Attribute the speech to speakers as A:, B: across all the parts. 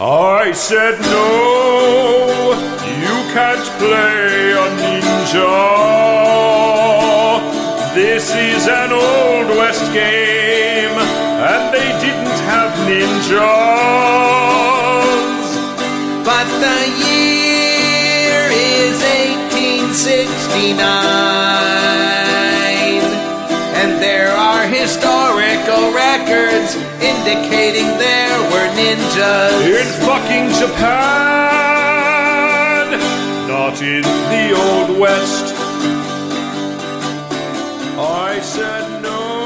A: I said, no, you can't play a ninja. This is an Old West game, and they didn't have ninjas.
B: But the year is 1869, and there are historical records indicating there were
A: In
B: ninjas.
A: fucking Japan, not in the Old West. I said, no.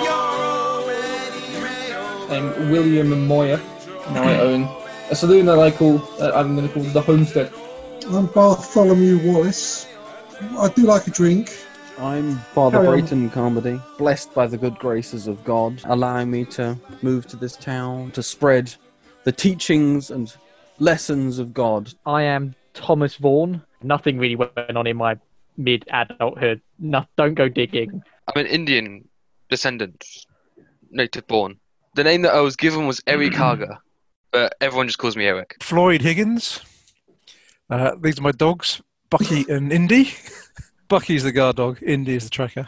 C: um, William Moyer. Now I own a saloon that I call, uh, I'm going to call the Homestead.
D: I'm Bartholomew Wallace. I do like a drink.
E: I'm Father
D: Carry on.
E: Brayton Carmody, blessed by the good graces of God, allowing me to move to this town to spread the teachings and lessons of God.
F: I am Thomas Vaughan. Nothing really went on in my mid adulthood. No, don't go digging.
G: I'm an Indian descendant, native born. The name that I was given was Eric Haga, but everyone just calls me Eric.
H: Floyd Higgins. Uh, these are my dogs, Bucky and Indy. Bucky's the guard dog, Indy is the tracker.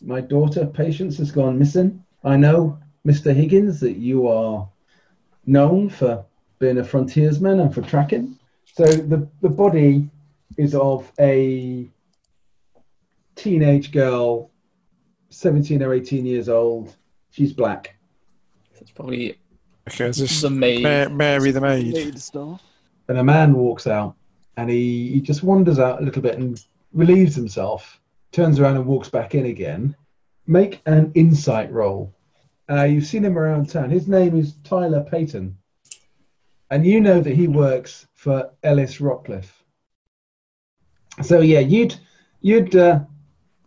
I: My daughter, Patience, has gone missing. I know, Mr. Higgins, that you are known for being a frontiersman and for tracking. So the, the body is of a teenage girl, 17 or 18 years old. She's black.
C: That's probably
H: Okay, is this
C: the maid.
H: Ma- Mary the maid?
I: And a man walks out and he, he just wanders out a little bit and relieves himself, turns around and walks back in again. Make an insight roll. Uh, you've seen him around town. His name is Tyler Payton. And you know that he works for Ellis Rockcliffe. So yeah, you'd you'd uh,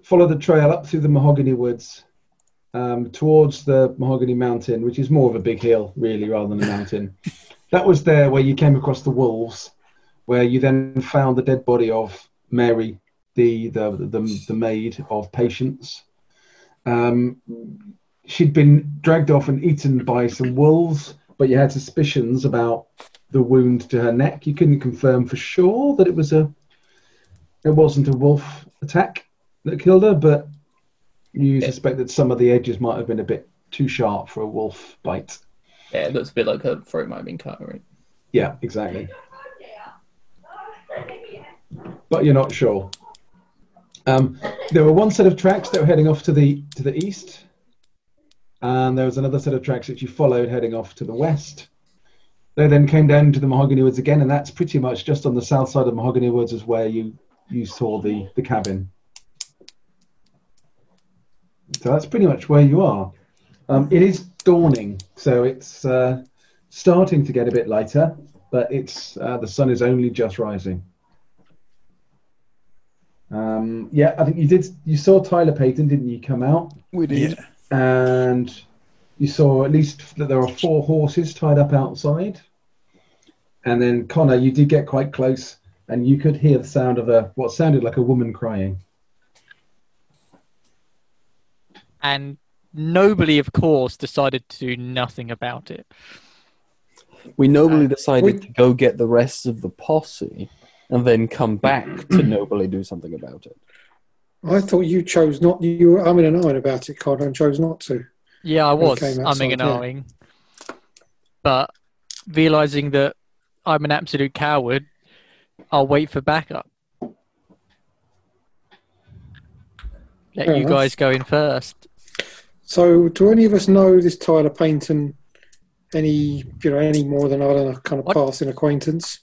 I: follow the trail up through the mahogany woods um, towards the mahogany mountain, which is more of a big hill really rather than a mountain. That was there where you came across the wolves, where you then found the dead body of Mary, the the the, the maid of Patience. Um, she'd been dragged off and eaten by some wolves, but you had suspicions about the wound to her neck. You couldn't confirm for sure that it was a it wasn't a wolf attack that killed her, but you suspected some of the edges might have been a bit too sharp for a wolf bite.
C: Yeah, it looks a bit like her throat might have been cut, right?
I: Yeah, exactly. But you're not sure. Um, there were one set of tracks that were heading off to the to the east, and there was another set of tracks that you followed heading off to the west. They then came down to the Mahogany Woods again, and that's pretty much just on the south side of Mahogany Woods is where you you saw the the cabin. So that's pretty much where you are. Um, it is dawning, so it's. Uh, starting to get a bit lighter, but it's uh, the sun is only just rising. Um, yeah, I think you did. You saw Tyler Payton, didn't you? Come out
E: We
H: Yeah.
I: and you saw at least that there are four horses tied up outside. And then Connor, you did get quite close, and you could hear the sound of a what sounded like a woman crying.
F: And nobly, of course, decided to do nothing about it.
E: Uh, We nobly decided to go get the rest of the posse and then come back to nobly do something about it.
D: I thought you chose not. You were umming and ahhing about it, Connor, and chose not to.
F: Yeah, I was
D: came outside,
F: umming and
D: yeah.
F: ahhing. But realizing that I'm an absolute coward, I'll wait for backup. Let
D: Fair
F: you
D: enough.
F: guys go in first.
D: So, do any of us know this Tyler Payton any you know any more than I don't know, kind of
F: What?
D: passing acquaintance?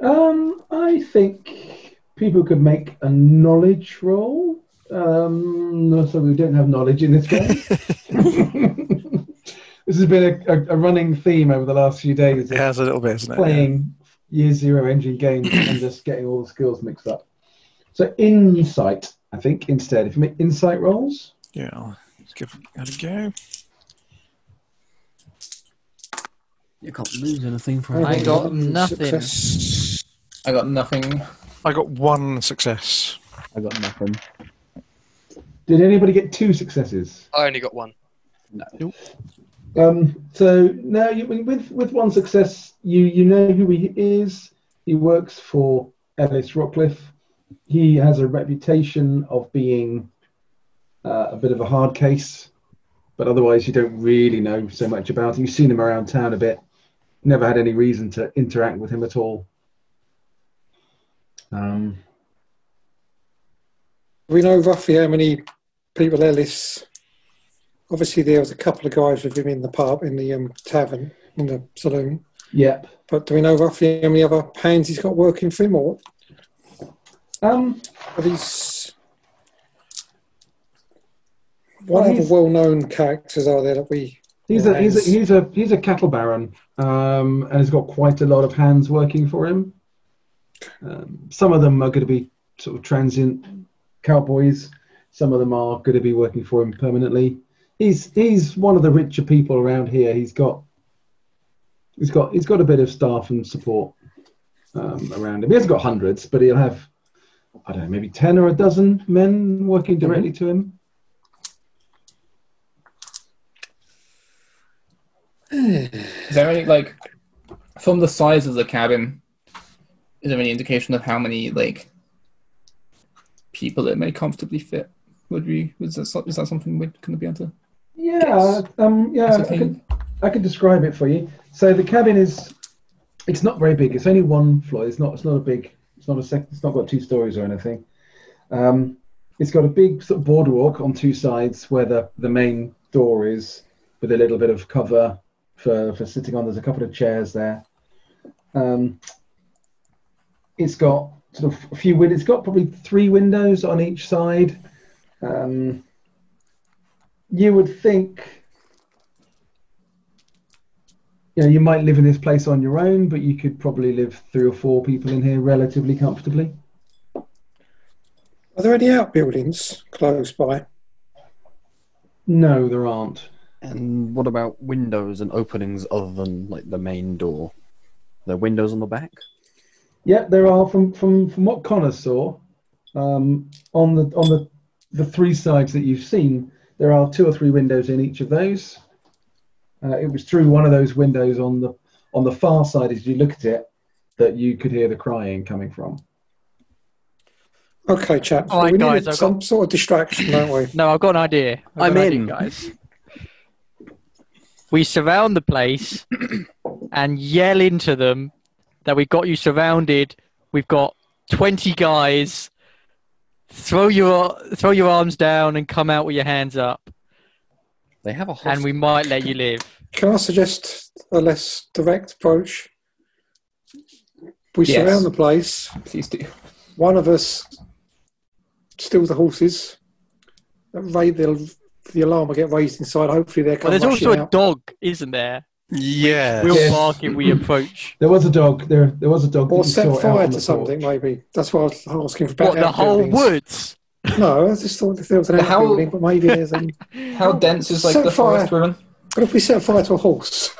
I: Um, I think people could make a knowledge roll. Um, no, so we don't have knowledge in this game. this has been a, a, a running theme over the last few days.
H: It has a little bit, isn't it?
I: Playing Year Zero engine games and just getting all the skills mixed up. So insight, I think, instead. If you make insight rolls,
H: Yeah, I'll give it a go.
E: You can't lose anything from
D: Hold
F: I
D: on,
F: got
D: that was a
F: nothing.
D: success.
C: I got nothing.
H: I got one success.
E: I got nothing.
I: did anybody get two successes?
G: I only got one.
I: Um, so now, you, with with one success, you you know who he is. He works for Ellis Rockcliffe. He has a reputation of being uh, a bit of a hard case, but otherwise you don't really know so much about him. You've seen him around town a bit. Never had any reason to interact with him at all. Um,
D: We know roughly how many people Ellis. Obviously, there was a couple of guys with him in the pub, in the um, tavern, in the saloon.
I: yep.
D: But do we know roughly how many other hands he's got working for him, or
I: Um,
D: are these
I: Well,
D: what other
I: he's-
D: well-known characters are there that we?
I: He's a, he's a
D: Nice.
I: he's a he's a cattle baron, um, and he's got quite a lot of hands working for him. Um, some of them are going to be sort of transient cowboys. Some of them are going to be working for him permanently. He's he's one of the richer people around here. He's got he's got he's got a bit of staff and support um, around him. He hasn't got hundreds, but he'll have I don't know maybe ten or a dozen men working directly to him.
C: Is there any like from the size of the cabin? Is there any indication of how many like people it may comfortably fit? Would we? Was that, so- is that something we're going to be able to?
I: Yeah, um, yeah,
C: That's
I: I
C: okay.
I: can, I can describe it for you. So the cabin is, it's not very big. It's only one floor. It's not. It's not a big. It's not a sec. It's not got two stories or anything. Um, it's got a big sort of boardwalk on two sides where the the main door is, with a little bit of cover for for sitting on. There's a couple of chairs there. Um, it's got sort of a few windows. It's got probably three windows on each side. Um, you would think you know you might live in this place on your own but you could probably live three or four people in here relatively comfortably
D: Are there any outbuildings close by?
I: no there aren't
E: And what about windows and openings other than like the main door? The windows on the back?
I: yep there are from from from what connor saw um, on the on the the three sides that you've seen there are two or three windows in each of those uh, it was through one of those windows on the on the far side as you look at it that you could hear the crying coming from
D: Okay, chaps.
F: All right,
D: we
F: guys,
D: need
F: I've
D: some sort of distraction, don't we?
F: No, I've got an idea. I've got
E: I'm
F: an idea,
E: in.
F: guys. we surround the place and yell into them that we got you surrounded. We've got twenty guys. Throw your throw your arms down and come out with your hands up,
E: They have a hostel.
F: and we might let you live.
D: Can I suggest a less direct approach? We
C: Yes.
D: surround the place.
C: Please do.
D: One of us steals the horses. Raid the, the alarm will get raised inside. Hopefully, they're
F: Well,
D: coming
F: there's also a
D: out.
F: dog, isn't there?
H: Yeah.
F: We'll
I: Yes.
F: bark if we approach.
I: there was a dog there there was a dog
D: Or
I: that you
D: set
I: saw out
D: fire
I: on
D: to
I: the
D: something,
I: porch.
D: maybe. That's what I was asking for. about
F: What the whole
D: outbuildings.
F: woods?
D: No, I just thought if there was an
C: How-
D: outbuilding, but maybe there's an.
C: How dense is like
D: Set
C: the forest
D: fire.
C: we're in?
D: But if we set fire to a horse,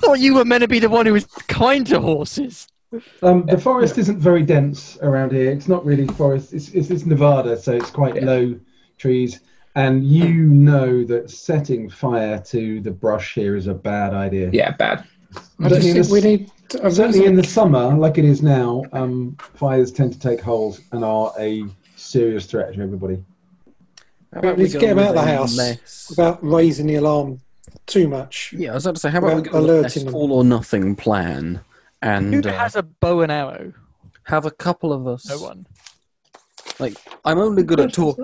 F: Thought you were meant to be the one who was kind to horses.
I: Um, the forest isn't very dense around here. It's not really forest. It's it's, it's Nevada, so it's quite low trees. And you know that setting fire to the brush here is a bad idea.
C: Yeah, bad.
D: I just
I: Certainly
D: think
I: this-
D: we need. A
I: Certainly in the summer, like it is now, um, fires tend to take hold and are a serious threat to everybody.
E: How
D: we
E: about we
D: need to
E: go
D: get 'em out of the
E: with a
D: house.
E: less-
D: without raising the alarm too much.
E: Yeah, I was about to say, how about we
D: Without
E: go with a less
D: alerting them.
E: all or nothing plan
F: Who
E: and uh,
F: has a bow and arrow?
E: have a couple of us?
F: No one.
E: I'm only good at talk,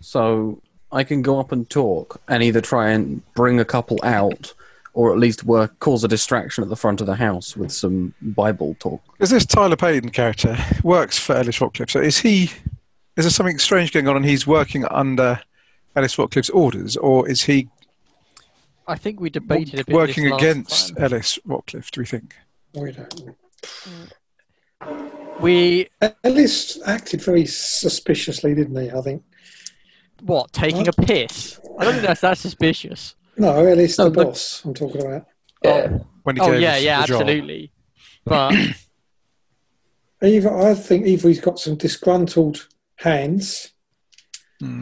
E: so I can go up and talk and either try and bring a couple out or at least work cause a distraction at the front of the house with some Bible talk.
H: Is this Tyler Payton character works for Ellis Rockcliffe? So is he? Is there something strange going on, and he's working under Ellis Rockcliffe's orders, or is he
F: I think we debated a bit.
H: working
F: this last
H: against
F: time.
H: Ellis Rockcliffe? Do we think?
D: We don't.
F: we
D: Ellis acted very suspiciously, didn't he? I think.
F: what taking a piss? I don't think that's that suspicious.
D: No, Ellis,
E: No,
D: the
E: but-
D: boss. I'm talking about.
C: Yeah.
H: When he
F: Oh
H: gave
F: yeah,
H: us
F: yeah,
H: the job?
F: absolutely. But
D: Either I think either he's got some disgruntled hands,
F: But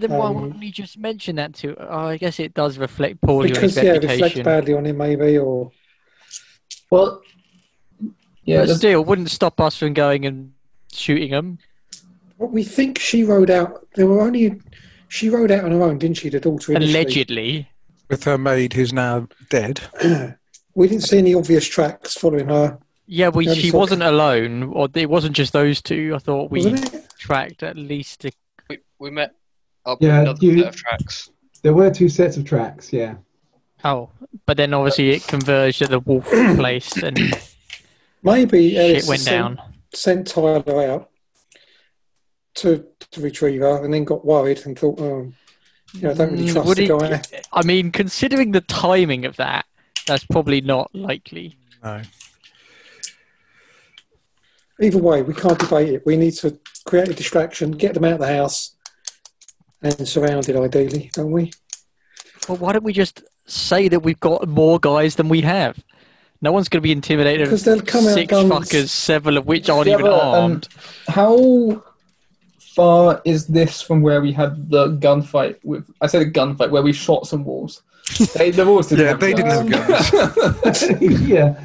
F: then why
D: Um,
F: wouldn't you just mention that to? Oh, I guess it does reflect poorly
D: because
F: on
D: yeah,
F: his
D: it reflects
F: reputation.
D: badly on him maybe, or
C: Well, yeah,
F: but
C: that's,
F: still, wouldn't stop us from going and shooting him.
D: Well, we think she rode out. There were only she rode out on her own, didn't she? The daughter initially.
F: Allegedly,
H: with her maid who's now dead.
D: We didn't see any obvious tracks following her,
F: yeah. We
D: Yeah,
F: she
D: so-
F: wasn't alone, or it wasn't just those two. I thought we
D: wasn't it?
F: tracked at least. A,
G: We, we met up
I: Yeah,
G: with another
I: you-
G: set of tracks.
I: There were two sets of tracks, yeah.
F: oh, but then obviously it converged at the wolf place and
D: Maybe
F: shit
D: Ellis
F: went
D: sent,
F: down.
D: sent Tyler out to, to retrieve her, and then got worried and thought, oh, you know, I don't really
F: Mm,
D: trust
F: would
D: the
F: it-
D: guy.
F: I mean, considering the timing of that, that's probably not likely.
H: No.
D: Either way, we can't debate it. We need to create a distraction, get them out of the house, and surrounded ideally, don't we?
F: Well, why don't we just say that we've got more guys than we have? No one's going to be intimidated.
D: Because they'll come out
F: six
D: guns.
F: fuckers, several of which aren't
C: Yeah,
F: even
C: but, um,
F: armed.
C: how far is this from where we had the gunfight with? I said a gunfight where we shot some wolves. They, the wolves didn't
H: Yeah,
C: have
H: they didn't have
C: guns.
I: yeah,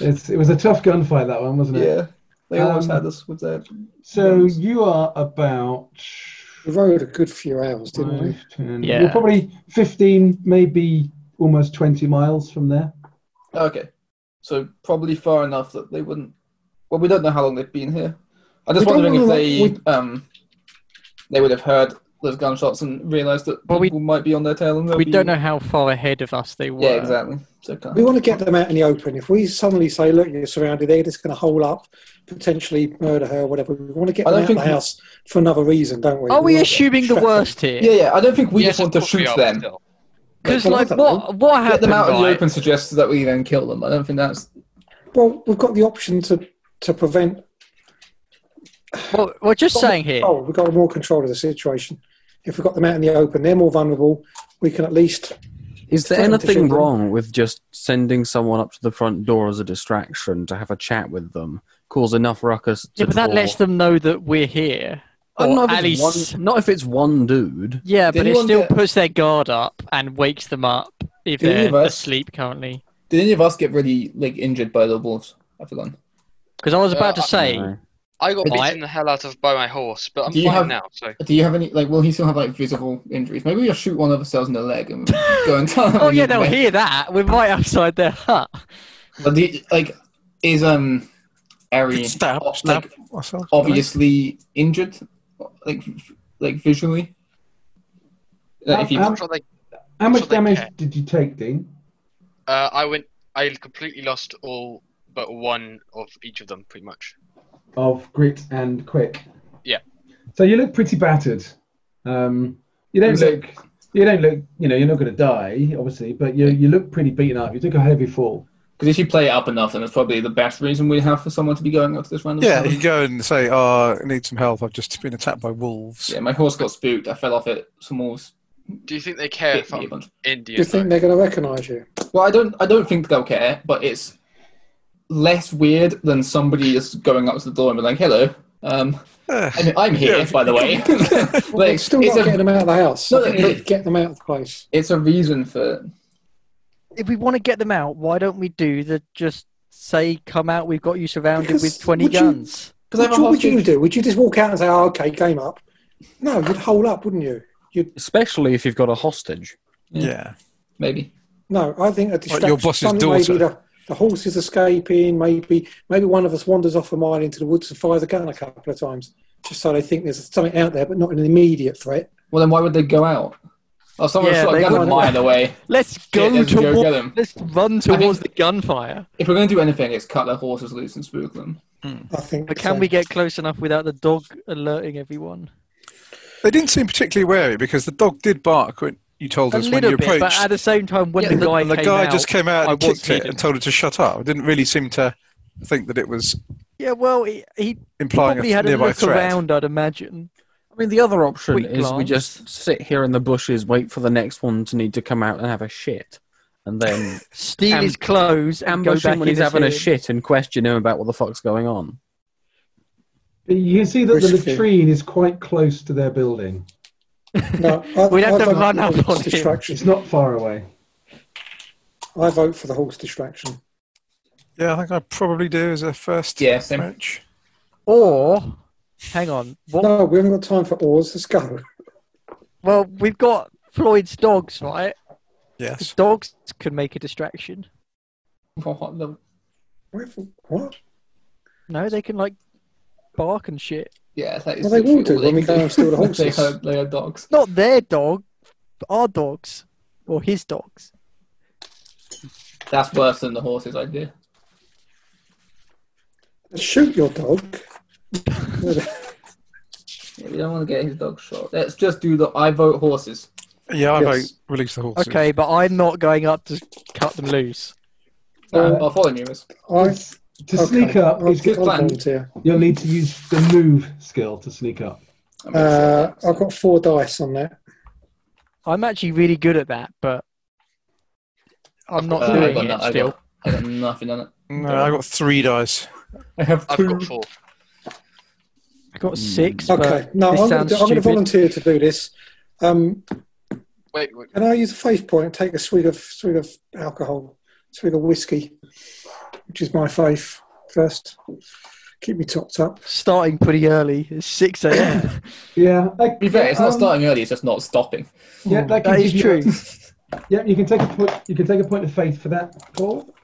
I: it's, it was a tough gunfight that one, wasn't it?
C: yeah, they always
I: Um,
C: had us with their.
I: So you are about
D: We rode a good few hours, didn't we?
I: five, 10,
F: Yeah.
I: you're probably fifteen, maybe almost twenty miles from there.
C: Okay, so probably far enough that they wouldn't. Well, we don't know how long they've been here. I'm just
D: We don't
C: wondering if
D: wanna,
C: they
D: like,
C: um they would have heard those gunshots and realised that
F: Well, we-
C: people might be on their tail. And they'll
F: We
C: be-
F: don't know how far ahead of us they were.
C: Yeah, exactly. So kind
D: We want to get them out in the open. If we suddenly say, "Look, you're surrounded," they're just going to hole up, potentially murder her, whatever. We want to get
C: I
D: them
C: don't
D: out of the
C: think we-
D: house for another reason, don't we?
F: Are we
D: wanna
F: assuming the
D: distract them.
F: worst here?
C: yeah, yeah. I don't think we
G: Yes,
C: just want to
G: of course we
C: shoot
G: are, but
C: them.
G: still.
F: Because
D: Well, I
F: like,
D: don't
F: what what
C: Get
F: happened?
C: them out of the
F: right?
C: open suggests that we then kill them. I don't think that's.
D: Well, we've got the option to to prevent.
F: Well, we're just saying here.
D: Oh, we've got more control of the situation. If we've got them out in the open, they're more vulnerable. We can at least.
E: Is there
D: Trying to shoot
E: anything
D: them.
E: wrong with just sending someone up to the front door as a distraction to have a chat with them, cause enough ruckus? To
F: Yeah, but that
E: draw-
F: lets them know that we're here.
E: Oh, I don't know
F: Or
E: if it's
F: at least,
E: one, not if it's one dude.
F: yeah,
C: Did
F: but it
C: anyone
F: still
C: get-
F: puts their guard up and wakes them up if
C: Did any
F: they're
C: of us-
F: asleep currently.
C: Did any of us get really like injured by the wolves? I forgot.
F: Because I was about
G: Uh,
F: to say,
E: No.
G: I got
F: Right.
G: beaten the hell out of by my horse, but I'm
C: Do you
G: fine
C: have-
G: now. So
C: Do you have any like? Will he still have like visible injuries? Maybe we just shoot one of ourselves in the leg and go and tell him.
F: oh yeah, they'll hear that. We're right outside their hut.
C: But do you, like, is um, Ari
H: Stab,
C: o-
H: stab
C: like
H: myself.
C: obviously injured, like v- like visually? Like, if he,
I: Um,
G: I'm sure they-
I: How
G: I'm
I: much
G: sure they
I: damage
G: care.
I: did you take, Dean?
G: uh, I went. I completely lost all but one of each of them, pretty much.
I: of grit and quick.
G: Yeah.
I: So you look pretty battered. Um, you don't
C: So-
I: look. You don't look. You know, you're not going to die, obviously, but you you look pretty beaten up. You took a heavy fall.
C: because if you play it up enough, then it's probably the best reason we have for someone to be going up to this random.
H: Yeah,
C: cabin.
H: you go and say, "Oh, I need some help. I've just been attacked by wolves."
C: yeah. My horse got spooked. I fell off it. Some wolves
G: Do you think they care
C: hit
G: if
C: me a
G: I'm
C: bunch.
D: Do you
G: Indian?
D: think
G: though?
D: they're going to recognise you?
C: Well, I don't. I don't think they'll care, but it's less weird than somebody just going up to the door and being like, "Hello." Um,
H: Eh,
C: I mean, I'm here,
H: Yeah.
C: by the way.
D: Well,
C: like,
D: it's still
C: it's
D: not
C: a,
D: getting them out of the house.
C: No,
D: I think
C: no,
D: we
C: no.
D: need to get them out of the place.
C: it's a reason for
F: If we want to get them out, why don't we do the just say, "Come out, we've got you surrounded
D: Because
F: with twenty
D: would you-
F: guns."
C: because I'm
D: What
C: a
D: would you
C: hostage.
D: do? Would you just walk out and say, oh, "Okay, game up"? No, you'd hole up, wouldn't you?
E: Especially if you've got a hostage.
H: yeah.
C: Maybe.
D: No, I think a distraction.
H: boss's
D: something
H: daughter?
D: Maybe the, the horse is escaping. Maybe maybe one of us wanders off a mile into the woods and fires a gun a couple of times, just so they think there's something out there, but not an immediate threat.
C: Well, then why would they go out? Oh, someone
F: Yeah,
C: shot a
F: they
C: gun a
F: wouldn't.
C: mile away.
F: Let's go
C: let's
F: to
C: go get 'em.
F: Let's run towards the gunfire.
C: If we're going to do anything, it's cut their horses loose and spook them.
D: I think.
F: But can
D: so.
F: we get close enough without the dog alerting everyone?
H: They didn't seem particularly wary because the dog did bark when you told
F: A
H: us when
F: little
H: you
F: bit,
H: approached.
F: but at the same time, when the guy
H: and the
F: came
H: guy
F: out,
H: just came out
F: I
H: and
F: was
H: kicked it
F: hidden.
H: and told it to shut up. It didn't really seem to think that it was
F: yeah, well, he, he
H: implying
F: probably
H: a
F: had a
H: nearby
F: look
H: threat.
F: around, I'd imagine.
E: I mean, the other option
F: Quick
E: is we
F: glance.
E: just sit here in the bushes, wait for the next one to need to come out and have a shit, and then
F: Steal
E: Am-
F: his clothes and go
E: ambush
F: back
E: him when he's
F: in as
E: having a
F: him.
E: shit and question him about what the fuck's going on.
I: You can see that the
D: Risky.
I: latrine is quite close to their building.
D: No, I,
F: We'd have
D: I
F: to
D: vote
F: run
D: for
F: up
D: horse
F: on him.
D: distraction.
I: It's not far away.
D: I vote for the horse distraction.
H: Yeah, I think I probably do as a first
C: Yeah, same.
H: match.
F: Or, hang on. What,
D: No, we haven't got time for oars. Let's go.
F: Well, we've got Floyd's dogs, right?
H: Yes.
F: Dogs can make a distraction.
C: What the-
D: Where have- What?
F: No, they can like bark and shit.
C: Yeah, that is
D: Well, they will
C: literally
D: do
C: all
D: when we
C: can
D: go and steal the
C: they,
D: horses.
C: are, they are dogs.
F: Not their dog, our dogs, or his dogs.
C: That's worse than the horses idea.
D: Shoot your dog.
C: Yeah, we don't want to get his dog shot. Let's just do the I vote horses.
H: Yeah, I
D: Yes.
H: vote release the horses.
F: Okay, but I'm not going up to cut them loose.
C: Uh,
D: Uh,
C: I'll follow you, Miss.
D: I
I: To sneak up,
D: I'll,
I: is good.
D: I'll
C: plan.
D: volunteer.
I: you'll need to use the move skill to sneak up.
C: I'm gonna
D: Uh,
C: say
D: I've
C: that.
D: got four dice on that.
F: I'm actually really good at that, but I'm not
C: Uh, I
F: doing
C: got
F: it
C: no- I
F: still.
C: got- I got nothing on it.
H: No, I got three dice.
C: I have
G: I've
C: two.
G: got four.
F: I got six.
D: Okay.
F: But
D: No,
F: this
D: I'm going
F: sounds
D: to I'm going to
F: stupid.
D: volunteer to do this. Um,
G: Wait, wait.
D: can I use a faith point and take a swig of swig of alcohol, swig of whiskey, which is my faith first. Keep me topped up.
F: Starting pretty early. It's six a.m.
I: Yeah, I,
C: To be fair, it's not
I: um,
C: starting early, it's just not stopping.
I: Yeah, that, can
F: that is
I: give you-
F: true.
I: Yeah, you can take a point. You can take a point of faith for that, Paul.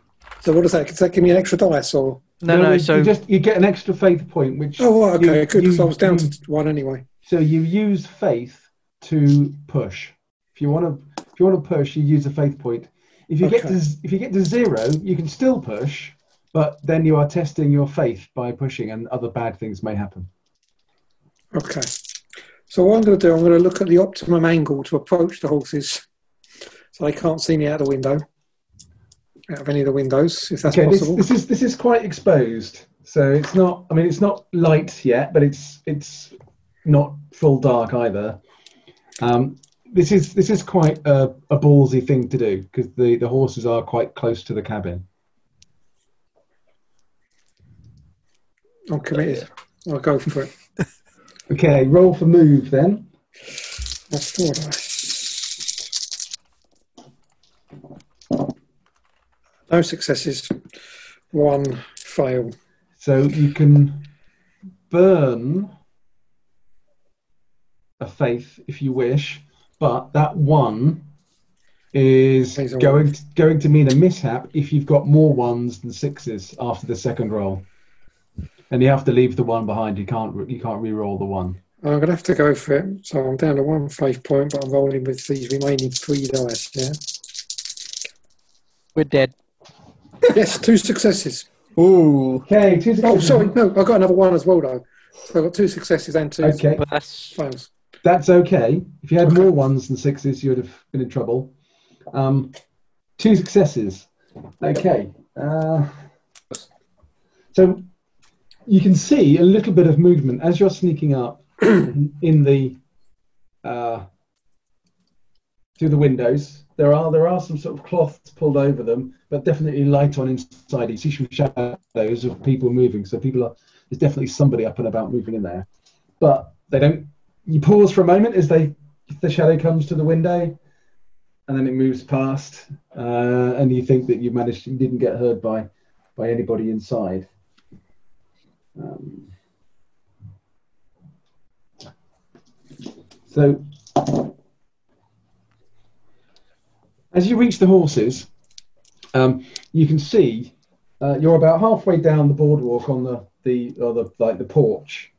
D: So what does that? Does that give me an extra dice or?
F: No, no.
I: you-
F: so
I: you just you get an extra faith point, which
D: Oh, right, okay,
I: you-
D: good. Because
I: you-
D: I was down
I: you-
D: to one anyway.
I: So you use faith to push. If you want to, if you want to push, you use a faith point. If you get to,
D: Okay.
I: z- if you get to zero, you can still push, but then you are testing your faith by pushing, and other bad things may happen.
D: Okay. So what I'm going to do, I'm going to look at the optimum angle to approach the horses, so they can't see me out the window, out of any of the windows, if that's
I: Okay, this,
D: possible.
I: this is this is quite exposed, so it's not. I mean, it's not light yet, but it's it's not full dark either. Um, this is this is quite a, a ballsy thing to do because the, the horses are quite close to the cabin.
D: I'm committed. I'll go for it.
I: Okay, roll for move then.
D: That's four dice. No successes, one fail.
I: So you can burn a faith if you wish, but that one is
D: These are
I: going to, going to mean a mishap if you've got more ones than sixes after the second roll, and you have to leave the one behind. You can't re- you can't re-roll the one.
D: I'm going to have to go for it. So I'm down to one faith point, but I'm rolling with these remaining three dice. Yeah.
F: we're dead.
D: Yes, two successes.
C: Ooh.
I: Okay, two
D: Oh,
I: successes.
D: sorry, no, I got another one as well though. So I got two successes and two
I: Okay,
F: But that's
D: fails.
I: That's okay. If you had
D: Okay.
I: more ones than sixes, you'd have been in trouble. Um, two successes. Okay. Uh, so you can see a little bit of movement as you're sneaking up in in the uh, through the windows. There are there are some sort of cloths pulled over them, but definitely light on inside. You see some shadows of people moving. So people are there's definitely somebody up and about moving in there, but they don't you pause for a moment as they the shadow comes to the window and then it moves past uh, and you think that you managed you didn't get heard by by anybody inside um, so as you reach the horses um, you can see uh, you're about halfway down the boardwalk on the the or the like the porch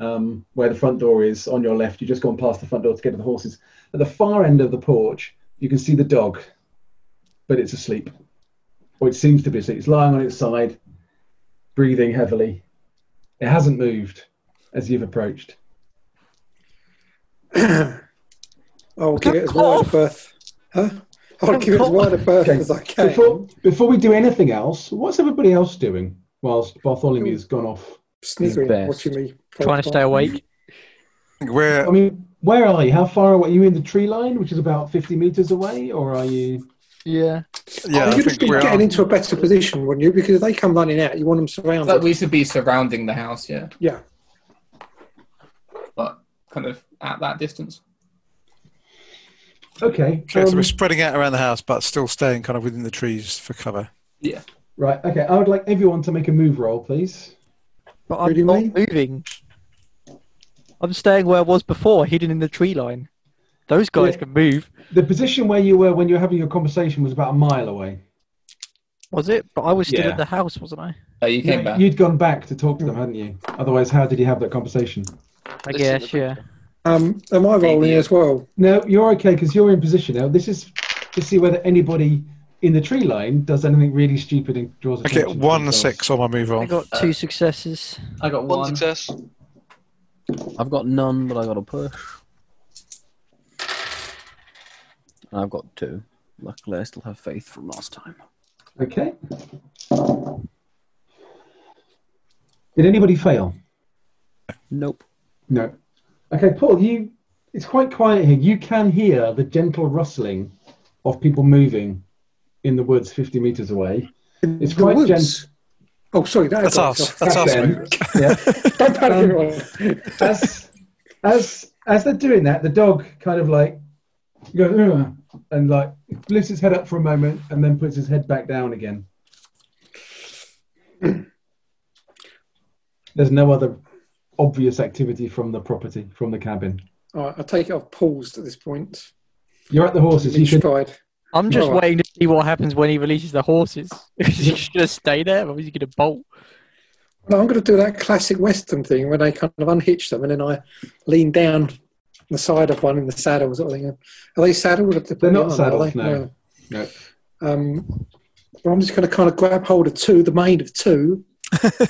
I: um, where the front door is on your left. You've just gone past the front door to get to the horses. At the far end of the porch, you can see the dog, but it's asleep. Or it seems to be asleep. It's lying on its side, breathing heavily. It hasn't moved as you've approached.
D: I'll give it as wide a berth. Huh? I'll give it as wide a berth
I: Okay.
D: as I can.
I: Before, before we do anything else, what's everybody else doing whilst Bartholomew's gone off?
D: Sneaking,
E: Best.
D: watching me.
F: trying to stay awake.
H: I think We're
I: I mean, where are you? How far away? Are you in the tree line, which is about 50 metres away, or are you.
F: Yeah.
H: yeah, I
D: you'd
H: think
D: be
H: we're
D: getting into a better position, wouldn't you? Because if they come running out, you want them surrounded.
C: But we should be surrounding the house, yeah.
D: Yeah.
C: But kind of at that distance.
I: Okay.
H: Okay, so
I: um,
H: we're spreading out around the house, but still staying kind of within the trees for cover.
I: right. Okay. I would like everyone to make a move roll, please.
F: But I'm
D: Really,
F: not
D: mate?
F: moving. I'm staying where I was before, hidden in the tree line. Those guys
I: Yeah.
F: can move,
I: The position where you were when you were having your conversation was about a mile away.
F: was it? But I was still
I: Yeah.
F: at the house, wasn't I?
C: Oh, you came
I: Yeah,
C: back.
I: You'd gone back to talk to them, hadn't you? Otherwise, how did you have that conversation?
F: I
G: Listen,
F: guess, yeah.
D: Um, am I rolling as well?
I: No, you're okay because you're in position now. This is to see whether anybody in the tree line does anything really stupid and draws
H: I get
I: attention. to
H: one
I: themselves.
H: six on my move
F: I
H: on.
F: got
C: Uh,
F: two successes.
C: I got
G: One
C: one.
G: success.
E: I've got none, but I got a push. And I've got two. Luckily, I still have faith from last time.
I: Okay. Did anybody fail?
E: Nope.
I: No. Okay, Paul, you it's quite quiet here. You can hear the gentle rustling of people moving in the woods 50 meters away. It's
D: The
I: quite
D: woods.
I: gentle.
D: Oh, sorry, that
H: That's
D: got
H: us.
D: us off.
H: That's us.
I: them.
H: mate.
I: Yeah.
D: Don't panic,
I: Um,
D: everyone.
I: as as as they're doing that, the dog kind of like goes "Ugh," and like lifts his head up for a moment and then puts his head back down again. There's no other obvious activity from the property, from the cabin.
D: All right, I take it I've paused at this point.
I: You're at the horses. You
D: Each
I: should.
D: stride.
F: I'm just
D: Alright.
F: waiting to see what happens when he releases the horses. Is he just stay there, or is he going to bolt?
D: No, I'm going to do that classic Western thing where they kind of unhitch them and then I lean down the side of one in the saddle sort of thing. Are they saddled? Have they put
I: They're
D: me
I: not
D: on, are
I: saddled,
D: they?
I: no. No.
D: Um, well, I'm just going to kind of grab hold of two, the mane of two.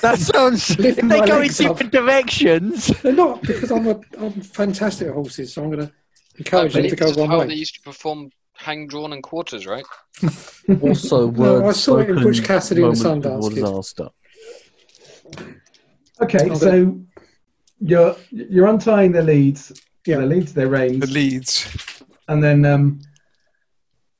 F: That sounds. if
D: Lift
F: they
D: my
F: go in
D: legs up.
F: different directions,
D: They're not because I'm a, I'm fantastic at horses, so I'm going to
G: I
D: encourage them
G: believe
D: to go
G: this is
D: one
G: how they
D: way.
G: used to perform hang drawn and quarters, right?
E: Also,
D: No,
E: words
D: I saw it in
E: spoken
D: Butch Cassidy and the
E: moment before
D: Sundance Kid.
E: disaster.
I: Okay,
D: Okay.
I: so you're you're untying their leads,
D: Yeah.
I: their leads, their reins.
H: The leads.
I: and then um,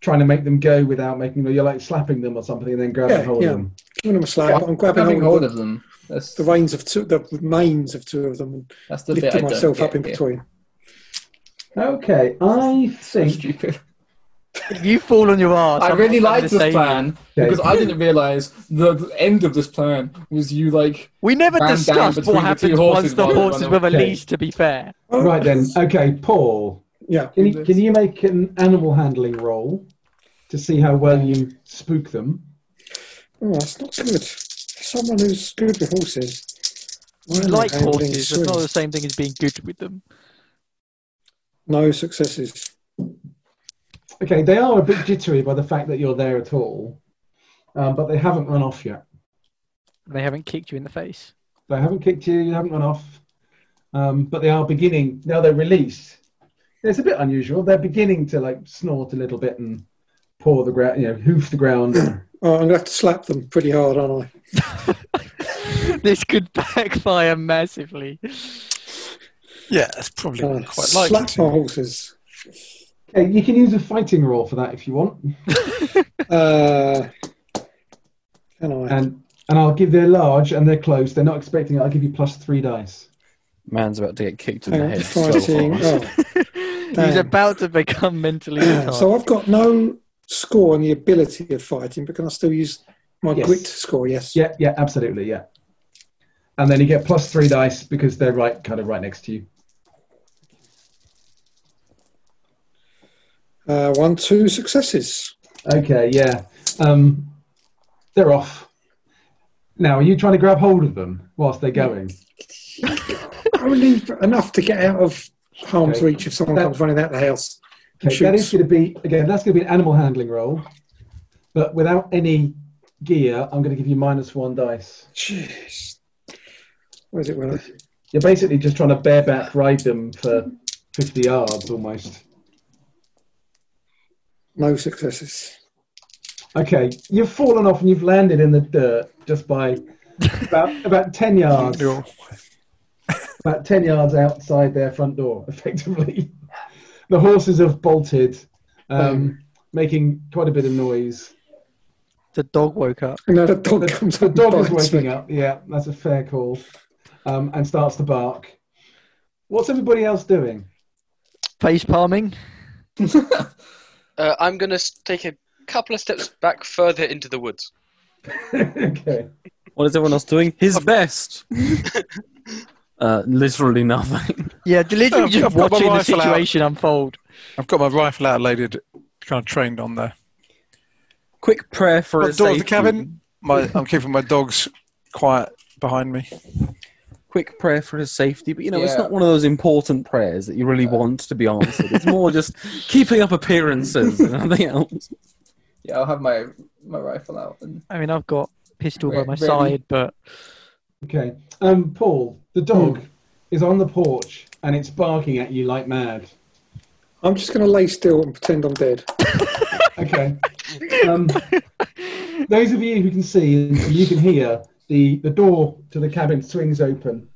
I: trying to make them go without making you're like slapping them or something and then grabbing
D: Yeah,
I: hold
D: yeah.
I: of them.
D: Giving them a slap, but I'm grabbing
C: Grabbing
D: hold
C: hold
D: of
C: of them. That's
D: the, the reins of two, the manes of two of them, and
C: that's the bit I
D: lifting
C: don't
D: myself
C: get
D: up in
C: here.
D: between.
I: Okay, I
C: So
I: think
C: stupid.
F: if you fall on your ass.
C: I
F: I'm
C: really
F: not gonna
C: liked this
F: save you.
C: plan because I didn't realize the, the end of this plan was you like
F: We never
C: Ran down
F: discussed
C: between
F: what
C: the two
F: happens
C: horses
F: once the
C: while we
F: horses
C: run
F: were
C: away.
F: released. To be fair,
D: Oh,
I: right then. Okay, Paul,
D: Yeah.
I: can you, can you make an animal handling roll to see how well you spook them?
D: Oh, that's not good. For someone who's good with horses.
F: we
D: Why am I
F: like
D: handling
F: horses. It's not
D: swings?
F: the same thing as being good with them.
D: No successes.
I: Okay, they are a bit jittery by the fact that you're there at all, um, but they haven't run off yet.
F: They haven't kicked you in the face.
I: They haven't kicked you. You haven't run off, um, but they are beginning now. They're released. It's a bit unusual. They're beginning to like snort a little bit and paw the ground, you know, hoof the ground.
D: Oh, I'm going to have to slap them pretty hard, aren't I?
F: this could backfire massively.
H: Yeah, it's probably
D: Uh,
H: quite likely.
D: slap my
H: To.
D: horses.
I: Okay, you can use a fighting roll for that if you want,
D: Uh, can I?
I: and and I'll give they're large and they're close. They're not expecting it. I'll give you plus three dice.
E: Man's about to get kicked in the
D: Hang on,
E: head. so
D: fighting.
E: hard.
D: Oh.
F: He's
D: Damn.
F: about to become mentally retarded.
D: so I've got no score on the ability of fighting, but can I still use my
I: Yes.
D: grit score? Yes.
I: Yeah, yeah, absolutely, yeah. And then you get plus three dice because they're right, kind of right next to you.
D: Uh, one, two successes.
I: Okay, yeah. Um, they're off. Now, are you trying to grab hold of them whilst they're going?
D: Only enough to get out of harm's
I: Okay.
D: reach if someone
I: That-
D: comes running out the house. and
I: Okay, that
D: shoots.
I: is going to be again. That's going to be an animal handling roll, but without any gear, I'm going to give you minus one dice.
D: Jeez. Where's it went?
I: You're basically just trying to bareback ride them for 50 yards almost.
D: No successes.
I: Okay, you've fallen off and you've landed in the dirt just by about about 10 yards. About 10 yards outside their front door, effectively. The horses have bolted, um, making quite a bit of noise.
F: the dog woke up.
D: And now the dog
I: The,
D: comes
I: the
D: up.
I: dog
D: and
I: is
D: bites
I: waking
D: me.
I: up, yeah, that's a fair call, um, and starts to bark. What's everybody else doing?
F: Face palming.
G: Uh, I'm going to take a couple of steps back further into the woods.
I: okay.
E: What is everyone else doing? His best. uh, literally nothing.
F: Yeah, literally
H: I've-
F: just
H: I've got my
F: watching the
H: rifle out.
F: situation unfold.
H: I've got my rifle outloaded, kind of trained on there.
E: Quick prayer for
H: Front
E: his
H: door of the
E: safety.
H: cabin. My, I'm keeping my dogs quiet behind me.
E: Quick prayer for his safety, but you know it's
C: Yeah.
E: not one of those important prayers that you really want to be answered. It's more just keeping up appearances and nothing else.
C: Yeah, I'll have my my rifle out and
F: I mean, I've got pistol by
C: Re-
F: my
C: ready.
F: side, but
I: Okay. Um, Paul, the dog is on the porch and it's barking at you like mad.
D: I'm just going to lay still and pretend I'm dead.
I: Okay. Um, those of you who can see and you can hear, the, the door to the cabin swings open.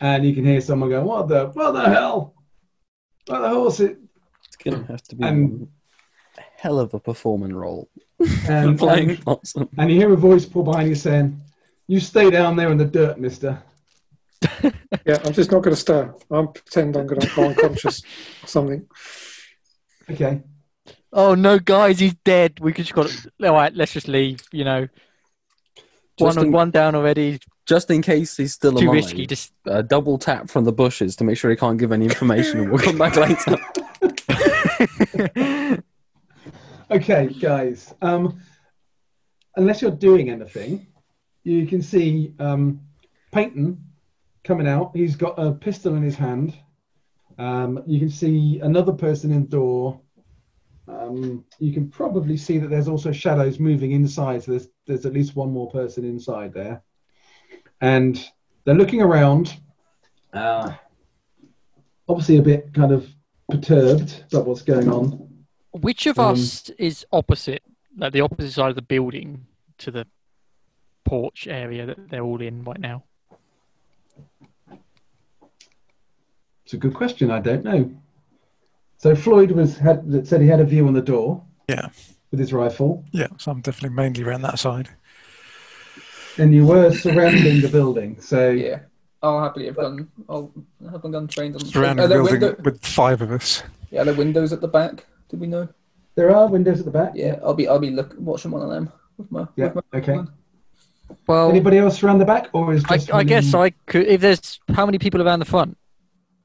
I: And you can hear someone go, What the what the hell? What the horse is
E: It's gonna have to be
I: And-
E: one hell of a performing role.
I: and,
E: playing
I: and,
E: possum.
I: and you hear a voice pull behind you saying, You stay down there in the dirt, mister.
D: Yeah, I'm just not going to stir. I'm pretend I'm going to go unconscious or something.
I: Okay.
F: oh no, guys, he's dead. We just got. All right, let's just leave. You know,
E: Just
F: one
E: in-
F: one down already.
E: Just in case he's still
F: Too
E: alive.
F: risky. Just
E: a double tap from the bushes to make sure he can't give any information and we'll come back later.
I: Okay, guys. Um, unless you're doing anything, you can see um, Peyton coming out. He's got a pistol in his hand. Um, you can see another person in the door. Um, you can probably see that there's also shadows moving inside, so there's there's at least one more person inside there. And they're looking around, uh, obviously a bit kind of perturbed about what's going on.
F: which of
I: Um,
F: us is opposite, like the opposite side of the building to the porch area that they're all in right now?
I: It's a good question. I don't know. So Floyd was had that said he had a view on the door.
H: Yeah.
I: With his rifle,
H: Yeah, so I'm definitely mainly around that side.
I: and you were surrounding the building. So
C: yeah. I'll happily have gone. I'll have my gun trained on.
H: Surrounding
C: Are
H: the
C: there
H: building
C: window-
H: with five of us.
C: yeah, are there windows at the back? Did we know?
I: there are windows at the back.
C: Yeah, I'll be I'll be look, watching one of them with my.
I: Yeah.
C: With my
I: Okay.
F: Well,
I: Anybody else around the back, or is
F: I,
I: just
F: I guess
I: one-
F: I could. If there's how many people around the front,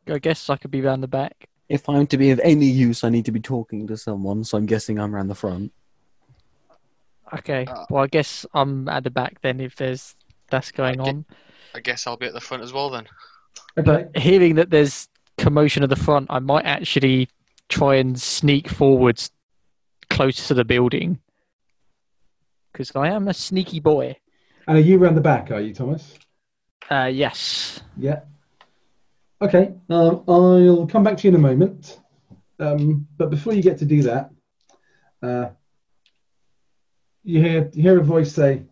F: I guess I could be around the back.
E: if I'm to be of any use, I need to be talking to someone, so I'm guessing I'm around the front.
F: Okay.
G: Uh,
F: well, I guess I'm at the back then if there's that's going
G: Okay.
F: on.
G: I guess I'll be at the front as well then.
I: Okay.
F: But hearing that there's commotion at the front, I might actually try and sneak forwards close to the building because I am a sneaky boy.
I: And are you around the back? Are you Thomas?
F: Uh, yes.
I: Yeah. Okay. Um, I'll come back to you in a moment. Um, but before you get to do that, uh, you hear you hear a voice say,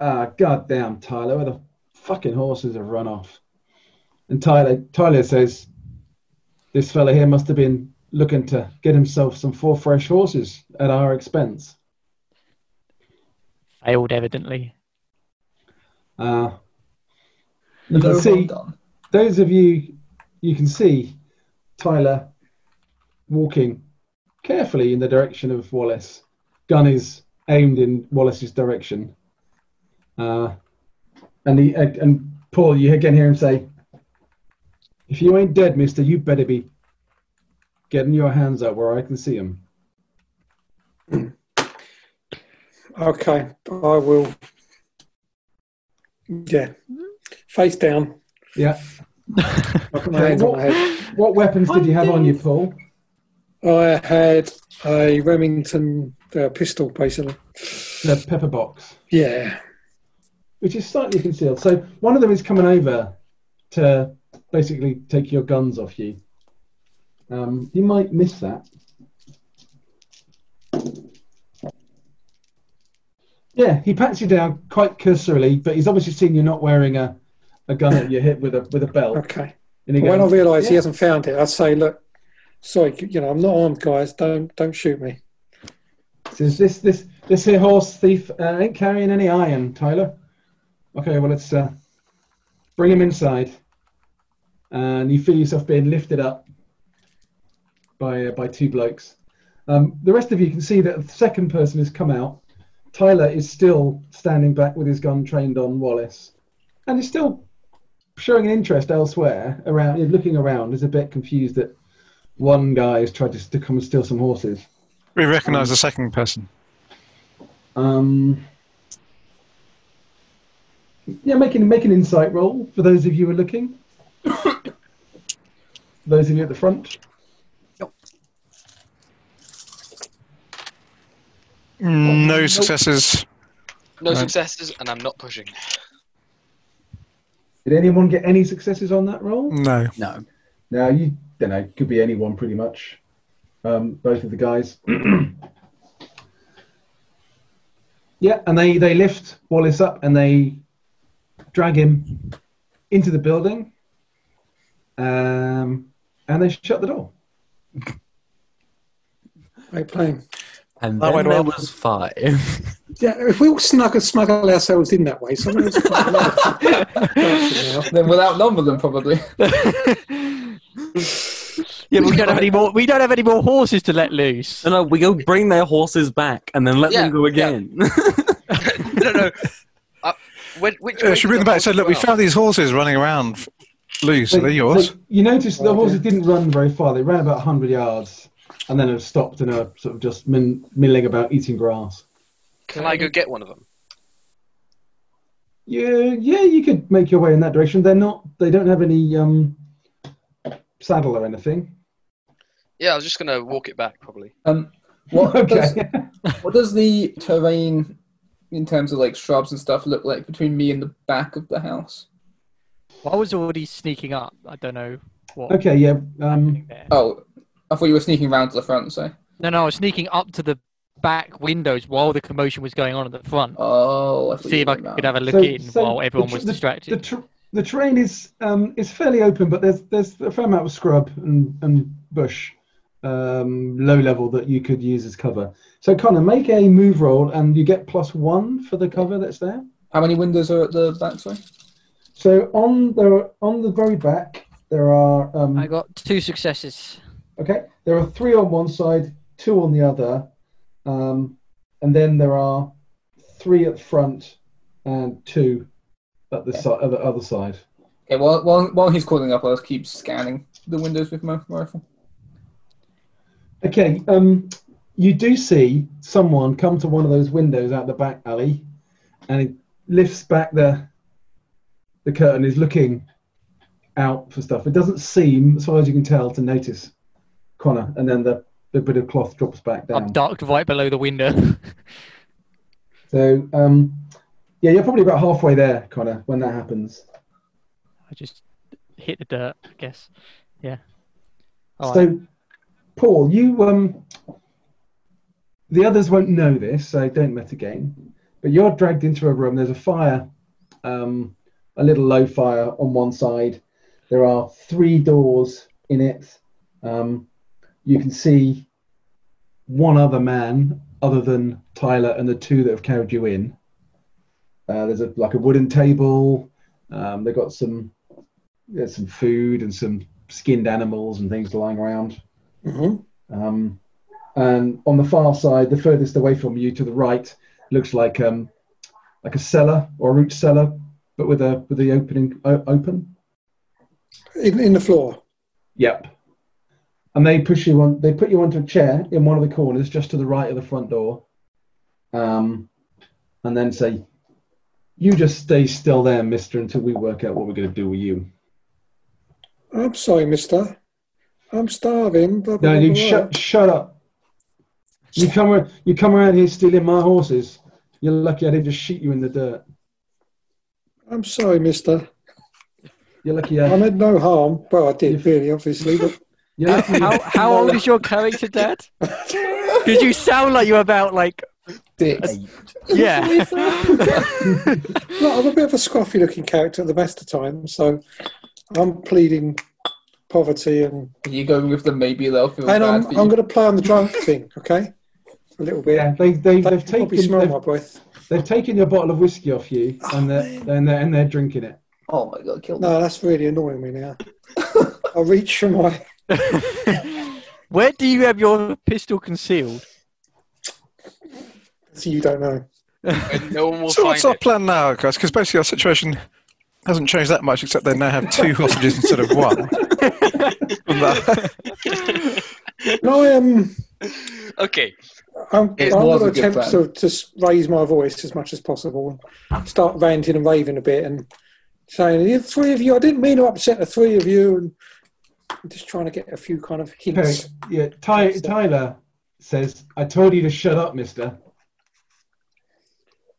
I: "Ah, goddamn, Tyler, where the fucking horses have run off." And Tyler Tyler says, "This fella here must have been looking to get himself some four fresh horses at our expense."
F: Failed evidently.
I: Uh, you can see. those of you you can see Tyler walking carefully in the direction of Wallace. Gun is aimed in Wallace's direction. Uh, and he and- and Paul, you again hear him say, "If you ain't dead, Mister, you better be getting your hands up where I can see 'em."
D: Okay, I will. Yeah, face down.
I: Yeah.
D: I've got my hands on my head.
I: What weapons did you have on you, Paul?
D: I had a Remington uh, pistol, basically.
I: The pepper box.
D: Yeah.
I: which is slightly concealed. So one of them is coming over to basically take your guns off you. Um, you might miss that. Yeah, he pats you down quite cursorily, but he's obviously seen you're not wearing a, a gun at your hip with a with a belt.
D: Okay.
I: And he
D: when I
I: goes,
D: realise he
I: "Yeah."
D: hasn't found it, I say, "Look, sorry, you know, I'm not armed, guys. Don't don't shoot me."
I: Says this this this here horse thief uh, ain't carrying any iron, Tyler. Okay, well let's uh, bring him inside. And you feel yourself being lifted up by uh, by two blokes. Um, the rest of you can see that the second person has come out. Tyler is still standing back with his gun trained on Wallace, and is still showing an interest elsewhere around, looking around. Is a bit confused that one guy has tried to, to come and steal some horses.
H: We recognise the second person.
I: Um, yeah, make an, make an insight roll for those of you who are looking. those of you at the front.
H: No successes.
G: No
H: Right.
G: successes, and I'm not pushing.
I: Did anyone get any successes on that roll?
H: No.
E: No.
I: No, you don't know. Could be anyone, pretty much. Um, both of the guys. yeah, and they they lift Wallace up and they drag him into the building, um, and they shut the door.
D: Great plan.
E: And
H: That
E: then
H: went
E: there
H: well.
E: was five.
D: Yeah, if we all snuggle, smuggle ourselves in that way, someone else can come along.
C: Then we'll outnumber them probably.
F: Yeah, but we don't have any more. We don't have any more horses to let loose.
E: No, no, we go bring their horses back and then let
G: Yeah,
E: them go
G: yeah.
E: again.
G: no, no. Uh, when, which
H: Uh,
G: way
H: she
G: did
H: bring them
G: the
H: back and said,
G: horses
H: "Look, we
G: go out?"
H: found these horses running around f- loose. Are they yours?"
I: you notice the
D: Okay.
I: horses didn't run very far. They ran about 100 yards and then have stopped and are sort of just min- milling about eating grass.
G: Can I go get one of them?
I: Yeah, yeah, you could make your way in that direction. They're not. They don't have any um, saddle or anything.
G: Yeah, I was just gonna walk it back probably.
C: Um, what does,
I: okay.
C: what does the terrain in terms of like shrubs and stuff look like between me and the back of the house?
F: I was already sneaking up. I don't know what.
I: okay. Yeah. Um,
F: there.
C: Oh, I thought you were sneaking round to the front, so.
F: No, no, I was sneaking up to the back windows while the commotion was going on at the front.
C: Oh, I thought
F: See
C: you
F: if
C: were
F: I
C: doing that.
F: could have a look
I: so-
F: in
I: so
F: while everyone
I: the tr-
F: was
I: the- The,
F: distracted.
I: tr- the terrain is um, is fairly open, but there's there's a fair amount of scrub and, and bush, um, low level that you could use as cover. So Connor, make a move roll, and you get plus one for the cover that's there.
C: How many windows are at the back side?
I: So on the on the very back there are um,
F: I got two successes.
I: Okay, there are three on one side, two on the other, um, and then there are three at the front and two at the si- other other side.
C: Okay, while, while, while he's calling up, I'll just keep scanning the windows with my rifle.
I: Okay, um, you do see someone come to one of those windows out the back alley, and he lifts back the the curtain. Is looking out for stuff. It doesn't seem, as far as you can tell, to notice Connor, and then the, the bit of cloth drops back down.
F: I'm ducked right below the window.
I: So, um, yeah, you're probably about halfway there, Connor, when that happens.
F: I just hit the dirt, I guess. Yeah. All
I: so,
F: right.
I: Paul, you um, the others won't know this, so don't mitigate. But you're dragged into a room. There's a fire, um, a little low fire on one side. There are three doors in it. Um, you can see one other man other than Tyler and the two that have carried you in. Uh, there's a, like a wooden table. Um, they've got some there's some food and some skinned animals and things lying around.
D: Mhm.
I: Um, and on the far side, the furthest away from you to the right, looks like um, like a cellar or a root cellar, but with a with the opening o- open.
D: In, in the floor.
I: Yep. And they push you on. They put you onto a chair in one of the corners, just to the right of the front door. Um, and then say, "You just stay still there, Mister, until we work out what we're going to do with you."
D: I'm sorry, mister. I'm starving. Blah, blah,
I: No,
D: blah,
I: you
D: blah,
I: shut shut up. You come ar- you come around here stealing my horses. You're lucky I didn't just shoot you in the dirt.
D: blah. I'm sorry, mister.
I: You're lucky I.
D: I meant no harm. Well, I did, really, obviously. But
I: You're lucky you-
F: How, how old is your character, Dad? Because you sound like you're about like
C: Six.
F: yeah.
D: no, I'm a bit of a scruffy looking character at the best of times, so I'm pleading poverty and.
C: If you go with them, maybe they'll feel
D: And
C: bad
D: I'm,
C: for you.
D: I'm going to play on the drunk thing, okay? A little bit.
I: yeah, they,
D: They
I: they, they've,
D: can probably
I: taken,
D: smell
I: they've,
D: my Ah, breath.
I: they've taken your bottle of whiskey off you and, they're, and, they're, and they're drinking it.
C: Oh my god, kill them.
D: No, that's really annoying me now. I reach for my
F: Where do you have your pistol concealed?
D: So you don't know.
G: and no one will
H: so
G: find
H: what's our
G: it.
H: plan now, guys? Because basically our situation hasn't changed that much, except they now have two hostages instead of one.
D: No, I am.
G: okay,
D: I'm, I'm
C: It
D: going
C: was
D: to
C: a good
D: attempt to,
C: plan.
D: to s- raise my voice as much as possible and start ranting and raving a bit and saying, the three of you, I didn't mean to upset the three of you. And I'm just trying to get a few kind of
I: Okay,
D: hints.
I: yeah. Ty- Tyler says, "I told you to shut up, Mister.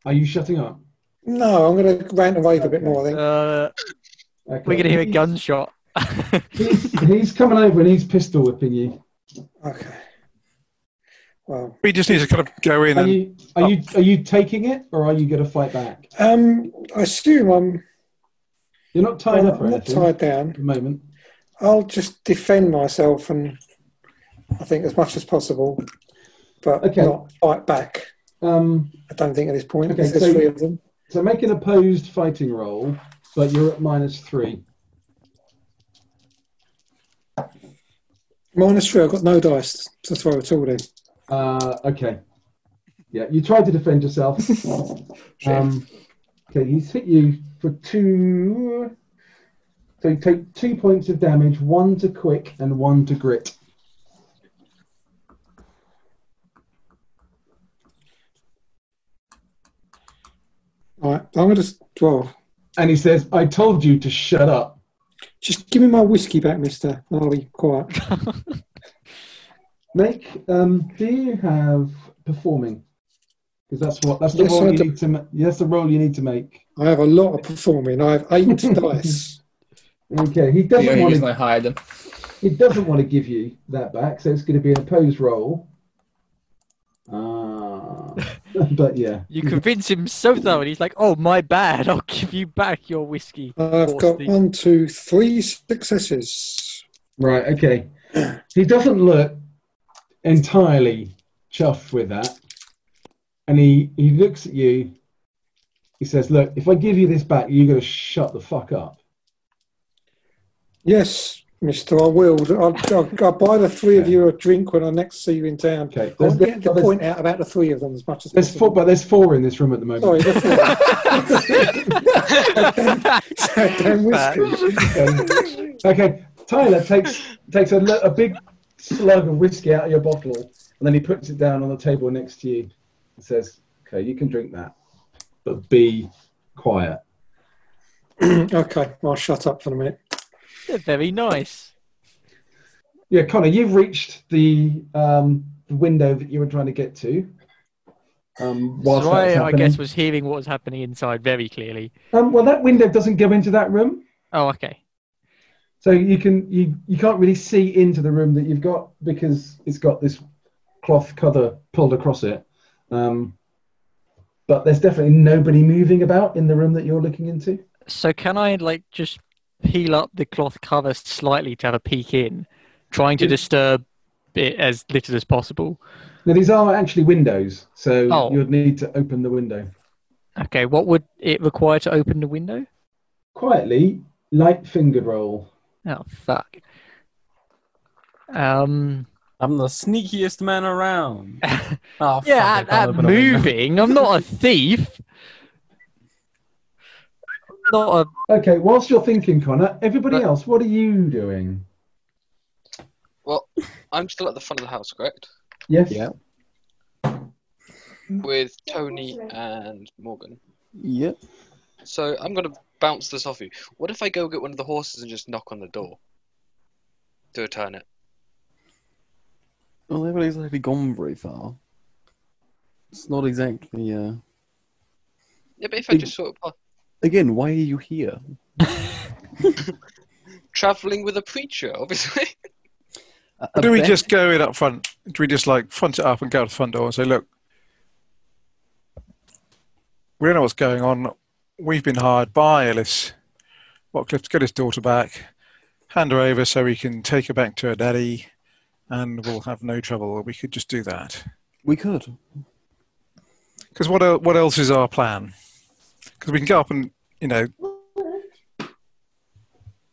I: Are you shutting up?"
D: No, I'm going to rant and rave a bit more, I think.
F: Uh,
I: Okay.
F: we're gonna hear a gunshot.
I: He's, he's coming over and he's pistol whipping you. Uh,
D: Okay. Well,
H: We just need to kind of go in
F: Um,
I: Are
H: and
I: you
F: oh.
I: are you are you taking it or are you going to fight back?
D: um, I assume I'm,
I: You're not tied
D: I'm
I: up or
D: not
I: anything
D: tied
I: at
D: down.
I: the moment.
D: I'll just defend myself and I think as much as possible, but
I: Okay.
D: not fight back.
I: Um,
D: I don't think at this point.
I: Okay,
D: because there's
I: so-
D: three of them.
I: so make an opposed fighting roll, but you're at minus three.
D: Minus three, I've got no dice to throw at all then.
I: Uh, okay. Yeah, you tried to defend yourself. um, okay, he's hit you for two. So you take two points of damage, one to quick and one to grit.
D: Alright, I'm gonna just well
I: And he says, I told you to shut up.
D: just give me my whiskey back, mister. and I'll be quiet.
I: Make, um, do you have performing? Because that's what that's the
D: Yes,
I: role
D: I
I: you
D: do.
I: need to ma- that's the role you need to make.
D: I have a lot of performing. I have eight dice.
I: Okay, he
C: The
I: doesn't
C: only
I: want
C: reason I
I: to
C: hired them.
I: It doesn't want to give you that back, so it's going to be an opposed roll. Ah, but yeah.
F: You convince him so thoroughly. He's like, "Oh, my bad. I'll give you back your whiskey."
D: I've
F: Force
D: got
F: the-
D: one, two, three successes.
I: Right, okay. He doesn't look entirely chuffed with that. And he, he looks at you. He says, Look, if I give you this back, you're going to shut the fuck up.
D: Yes, mister, I will. I'll, I'll, I'll buy the three of you a drink when I next see you in town.
I: Okay,
D: I
I: there's-
D: want to get the
I: there's-
D: point out about the three of them as much as
I: There's four,
D: possible.
I: but there's four in this room at the moment.
D: Sorry, the four. Damn whiskey.
I: Okay. Um, okay, Tyler takes takes a, lo- a big slug of whiskey out of your bottle, and then he puts it down on the table next to you and says, "Okay, you can drink that, but be quiet."
D: okay, I'll shut up for a minute.
F: They're very nice.
I: Yeah, Connor, you've reached the um, the window that you were trying to get to. Um, whilst that was
F: Soraya, I
I: happening.
F: guess, was hearing what was happening inside very clearly.
I: um, well, that window doesn't go into that room,
F: Oh, okay.
I: so you can you you can't really see into the room that you've got because it's got this cloth cover pulled across it. Um, but there's definitely nobody moving about in the room that you're looking into.
F: So can I like just peel up the cloth cover slightly to have a peek in, trying to disturb it as little as possible?
I: Now these are actually windows, so
F: Oh.
I: you'd need to open the window
F: Okay, what would it require to open the window?
I: quietly. Light finger roll.
F: Oh fuck. Um.
E: I'm the sneakiest man around. Oh,
F: Yeah,
E: fuck, I
F: at,
E: can't
F: at
E: open a window.
F: moving. I'm not a thief. Not a.
I: Okay, whilst you're thinking, Connor, everybody else, what are you doing?
G: well, I'm still at the front of the house, correct?
I: Yes.
E: Yeah.
G: With Tony and Morgan.
E: Yep.
G: So I'm gonna bounce this off you. What if I go get one of the horses and just knock on the door to return it?
E: Well, everybody's actually gone very far. It's not exactly. Uh...
G: Yeah, but if I just sort of uh,
E: Again, why are you here?
G: traveling with a preacher, obviously.
E: A-
H: Or
E: a
H: do we
E: bet-
H: just go in up front? Do we just like front it up and go to the front door and say, look, we don't know what's going on. We've been hired by Ellis Watcliffe to get his daughter back, hand her over so we can take her back to her daddy, and we'll have no trouble. We could just do that.
E: We could.
H: Because what, el- what else is our plan? Because we can go up and, you know,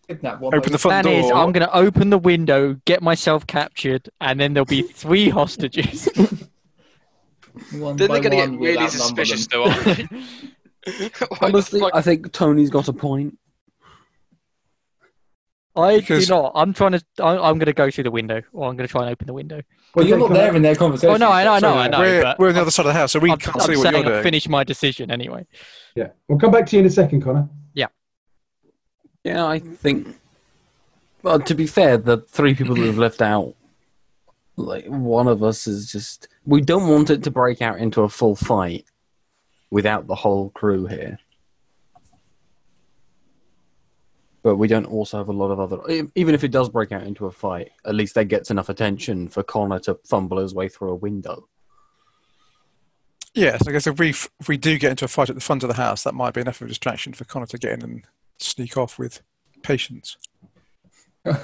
C: kidnap one.
H: Open the front
F: Plan is
H: door.
F: I'm going to open the window, get myself captured, and then there'll be three hostages.
C: the. One
G: Then
C: by
G: they're going to
C: one,
G: get
C: we'll
G: really
C: outnumber them.
G: suspicious, though, aren't they? Why the
E: Honestly,
G: fuck-
E: I think Tony's got a point.
F: I
H: Because-
F: do not. I'm trying to. I- I'm going to go through the window, or I'm going to try and open the window.
C: Well, you're
I: They
C: not
I: come
C: there
I: out-
C: in their conversation.
F: Oh no, I know, I know,
H: So
F: I know.
H: we're,
F: but
H: we're on the other side of the house, so we
F: I'm,
H: can't
F: I'm
H: see what
F: saying
H: you're
F: I'll
H: doing.
F: finish my decision anyway.
I: Yeah. We'll come back to you in a second, Connor.
E: Yeah, I think. Well, to be fair, the three people that we've left out, like one of us is just. We don't want it to break out into a full fight without the whole crew here. But we don't also have a lot of other. e- Even if it does break out into a fight, at least that gets enough attention for Connor to fumble his way through a window.
H: Yes, I guess if we f- if we do get into a fight at the front of the house, that might be enough of a distraction for Connor to get in and sneak off with patience.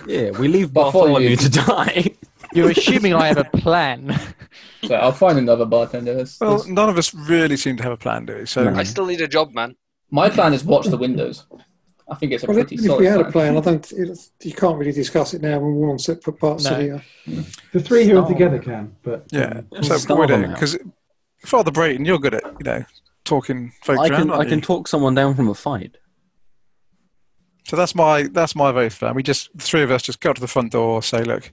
E: Yeah, we leave
C: Bartholomew
E: Bartholomew to die.
F: You're assuming I have a plan.
C: So I'll find another bartender. That's-
H: Well,
C: that's-
H: none of us really seem to have a plan, do we? So
E: No.
G: I still need a job, man.
C: my plan is watch the windows. I think it's a
D: Well,
C: pretty
D: if, if
C: solid
D: we had a
C: plan.
D: plan, I don't. It, you can't really discuss it now. We're all on separate parts
F: No.
D: of the. Uh,
I: The three who are
E: Stall.
I: together can, but
H: yeah,
E: We'll
H: so
E: starve
H: we're
E: them
H: doing
E: out.
H: because Father Brayton, you're good at you know talking folk
E: I
H: around.
E: can I
H: aren't
E: can
H: you?
E: talk someone down from a fight.
H: So that's my that's my vote for that. We just the three of us just go up to the front door, say, look,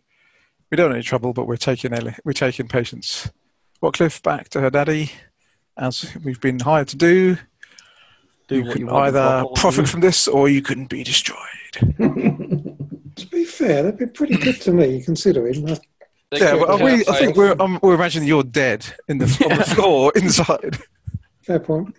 H: we don't want any trouble, but we're taking Ellie, we're taking patience. Watcliffe back to her daddy, as we've been hired to do.
E: Do
H: you can either profit from this or you can be destroyed.
D: to be fair, that'd be pretty good to me, considering. I,
G: They
H: yeah,
G: could
H: but are
G: be
H: we, I
G: outside.
H: think we're, um, we're imagining you're dead in the, on the floor inside.
D: fair point.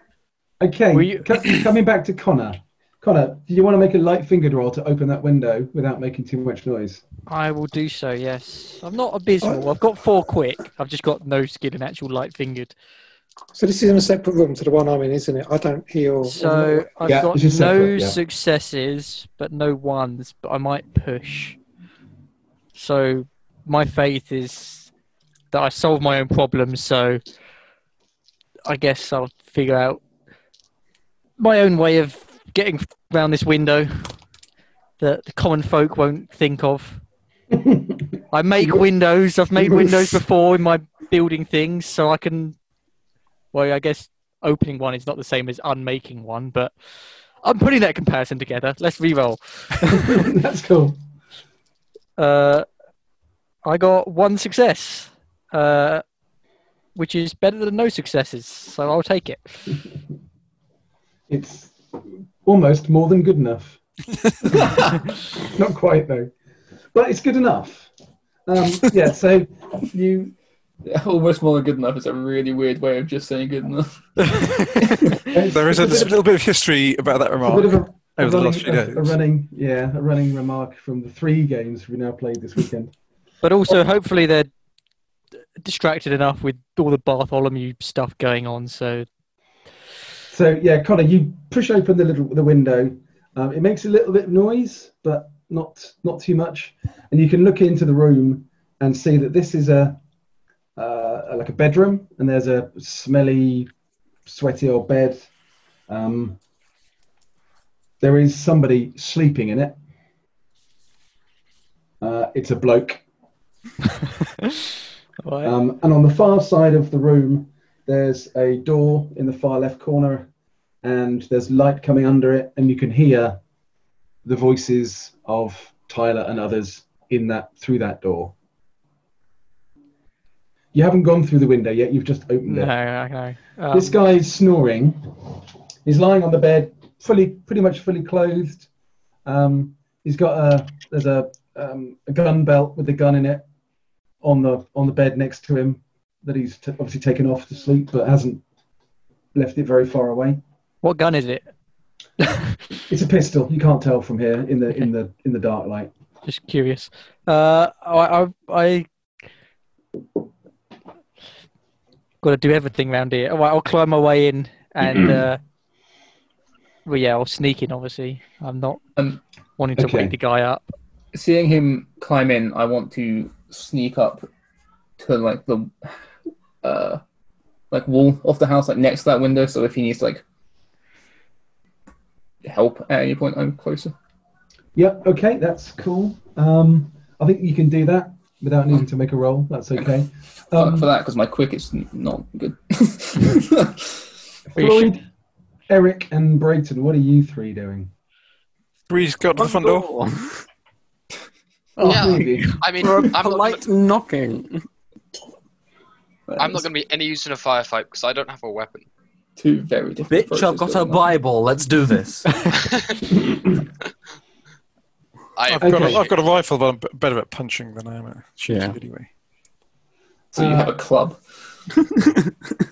I: okay.
F: Were you-
I: co- coming back to Connor. Connor, do you want to make a light fingered roll to open that window without making too much noise?
F: I will do so. Yes, I'm not abysmal. I've got four quick. I've just got no skill in actual light fingered.
D: So this is in a separate room to the one I'm in, isn't it? I don't hear.
H: Oh,
D: Or,
F: So I've
I: Yeah,
F: got
I: it's
F: no
I: just separate, yeah.
F: successes, but no ones. But I might push. So my faith is that I solve my own problems. So I guess I'll figure out my own way of getting round this window that the common folk won't think of. I make windows. I've made windows before in my building things, so I can. Well, I guess opening one is not the same as unmaking one, but I'm putting that comparison together. Let's re-roll.
I: That's cool.
F: Uh, I got one success, uh, which is better than no successes, so I'll take it.
I: It's almost more than good enough. Not quite though, but it's good enough. Um, yeah. So you
C: Almost more than good enough is a really weird way of just saying good enough.
H: There is a
I: it's
H: little bit of history about that
I: a bit of
H: remark.
I: a, a
H: over the
I: running,
H: last few
I: a- a
H: days.
I: running, yeah, a running remark from the three games we now played this weekend.
F: But also, hopefully, they're distracted enough with all the Bartholomew stuff going on, so
I: So yeah, Connor, you push open the little the window. Um, it makes a little bit of noise, but not not too much. And you can look into the room and see that this is a uh, like a bedroom, and there's a smelly, sweaty old bed. Um, there is somebody sleeping in it. Uh, it's a bloke.
F: Right.
I: Um, and on the far side of the room, there's a door in the far left corner, and there's light coming under it, and you can hear the voices of Tyler and others in that through that door. You haven't gone through the window yet. You've just opened
F: no,
I: it.
F: I know. Um,
I: This guy is snoring. He's lying on the bed, fully, pretty much fully clothed. Um, he's got a there's a, um, a gun belt with a gun in it on the on the bed next to him that he's t- obviously taken off to sleep, but hasn't left it very far away.
F: what gun is it?
I: It's a pistol. You can't tell from here in the in the in the dark light.
F: Just curious. Uh, I, I, I got to do everything round here. All right, I'll climb my way in, and uh, well, yeah, I'll sneak in. Obviously, I'm not
C: Um,
F: wanting to
I: okay.
F: wake the guy up.
C: Seeing him climb in, I want to sneak up to like the uh, like wall of the house, like next to that window. So if he needs like help at any point, I'm closer.
I: Yep. Okay, that's cool. Um, I think you can do that without needing to make a roll. That's okay.
C: Fuck
I: Um,
C: for that, because my quick is n- not good.
F: We should-
I: Floyd, Eric, and Brayton, what are you three doing?
H: Three's got to the front door.
I: Oh,
G: Yeah.
I: three of you.
G: I mean,
E: For a
G: I'm not, gonna,
E: polite knocking.
G: I'm not going to be any use in a firefight because I don't have a weapon.
C: Two very different.
E: Bitch, I've
C: approaches
E: got a
C: going on.
E: Bible. Let's do this.
G: I
H: I've, got
I: Okay.
H: a, I've got a rifle, but I'm b- better at punching than I am at shooting
E: Yeah.
H: anyway.
C: So you have a club.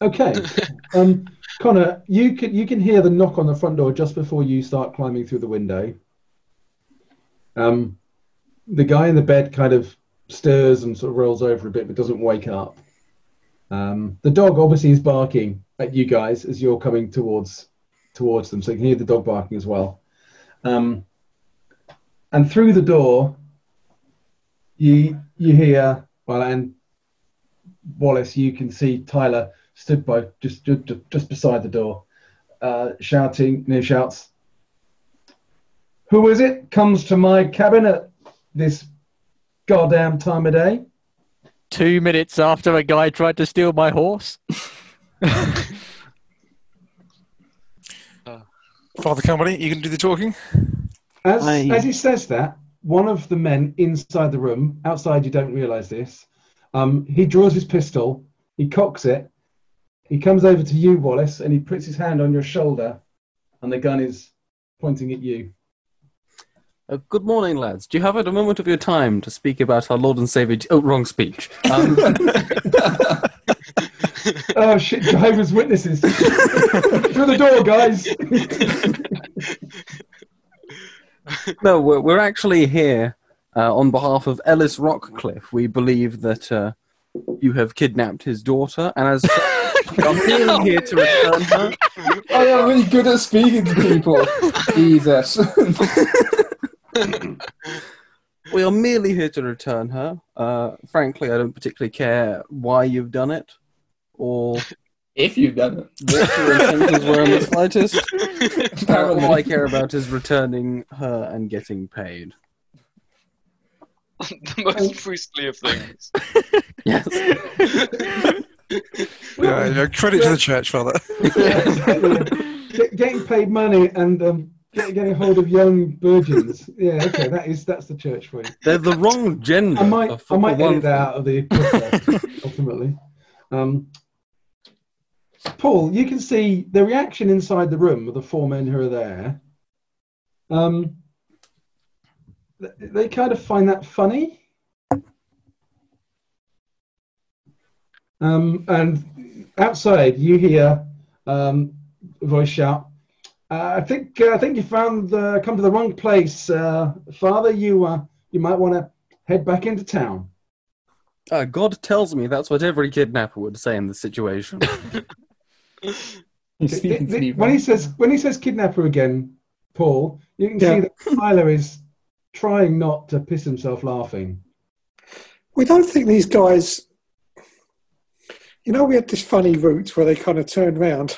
I: Okay. Um, Connor, you can you can hear the knock on the front door just before you start climbing through the window. Um, the guy in the bed kind of stirs and sort of rolls over a bit, but doesn't wake up. Um, the dog obviously is barking at you guys as you're coming towards towards them, so you can hear the dog barking as well. Um, and through the door, you you hear well, and Wallace, you can see Tyler stood by just ju- ju- just beside the door, uh, shouting. No shouts. Who is it? Comes to my cabin at this goddamn time of day.
F: two minutes after a guy tried to steal my horse.
H: Father Company, you can do the talking.
I: As,
E: Aye.
I: as he says that, one of the men inside the room, outside you don't realise this, um, he draws his pistol, he cocks it, he comes over to you, Wallace, and he puts his hand on your shoulder, and the gun is pointing at you.
E: Uh, good morning, lads. Do you have a moment of your time to speak about our Lord and Savior? Je- Oh, wrong speech. Um,
I: Oh shit, driver's witnesses. Through the door, guys.
E: no, we're, we're actually here uh, on behalf of Ellis Rockcliffe. We believe that uh, you have kidnapped his daughter, and as I'm really here to return her.
C: I am really good at speaking to people. Jesus.
E: We are merely here to return her. Uh, frankly, I don't particularly care why you've done it or
C: if you've done it.
E: what your intentions were in the slightest. Uh,
C: Apparently.
E: all I care about is returning her and getting paid.
G: the most priestly of things.
E: Yes.
H: Yeah, yeah, credit to the church, Father.
I: Get, getting paid money and um, get, getting hold of young virgins. Yeah, okay, that is that's the church for you.
E: They're the wrong gender.
I: I might
E: for-
I: I
E: for
I: might
E: one
I: edit that out of the podcast ultimately. Um, Paul, you can see the reaction inside the room of the four men who are there. Um, th- they kind of find that funny. Um, and outside, you hear um, a voice shout, uh, "I think uh, I think you found the, come to the wrong place, uh, Father. You uh, you might want to head back into town."
E: Uh, God tells me that's what every kidnapper would say in this situation.
C: He's speaking to me.
I: when he says when he says kidnapper again, Paul, you can see
D: Yeah.
I: that Tyler is trying not to piss himself laughing.
D: We don't think these guys. You know, we had this funny route where they kind of turned round.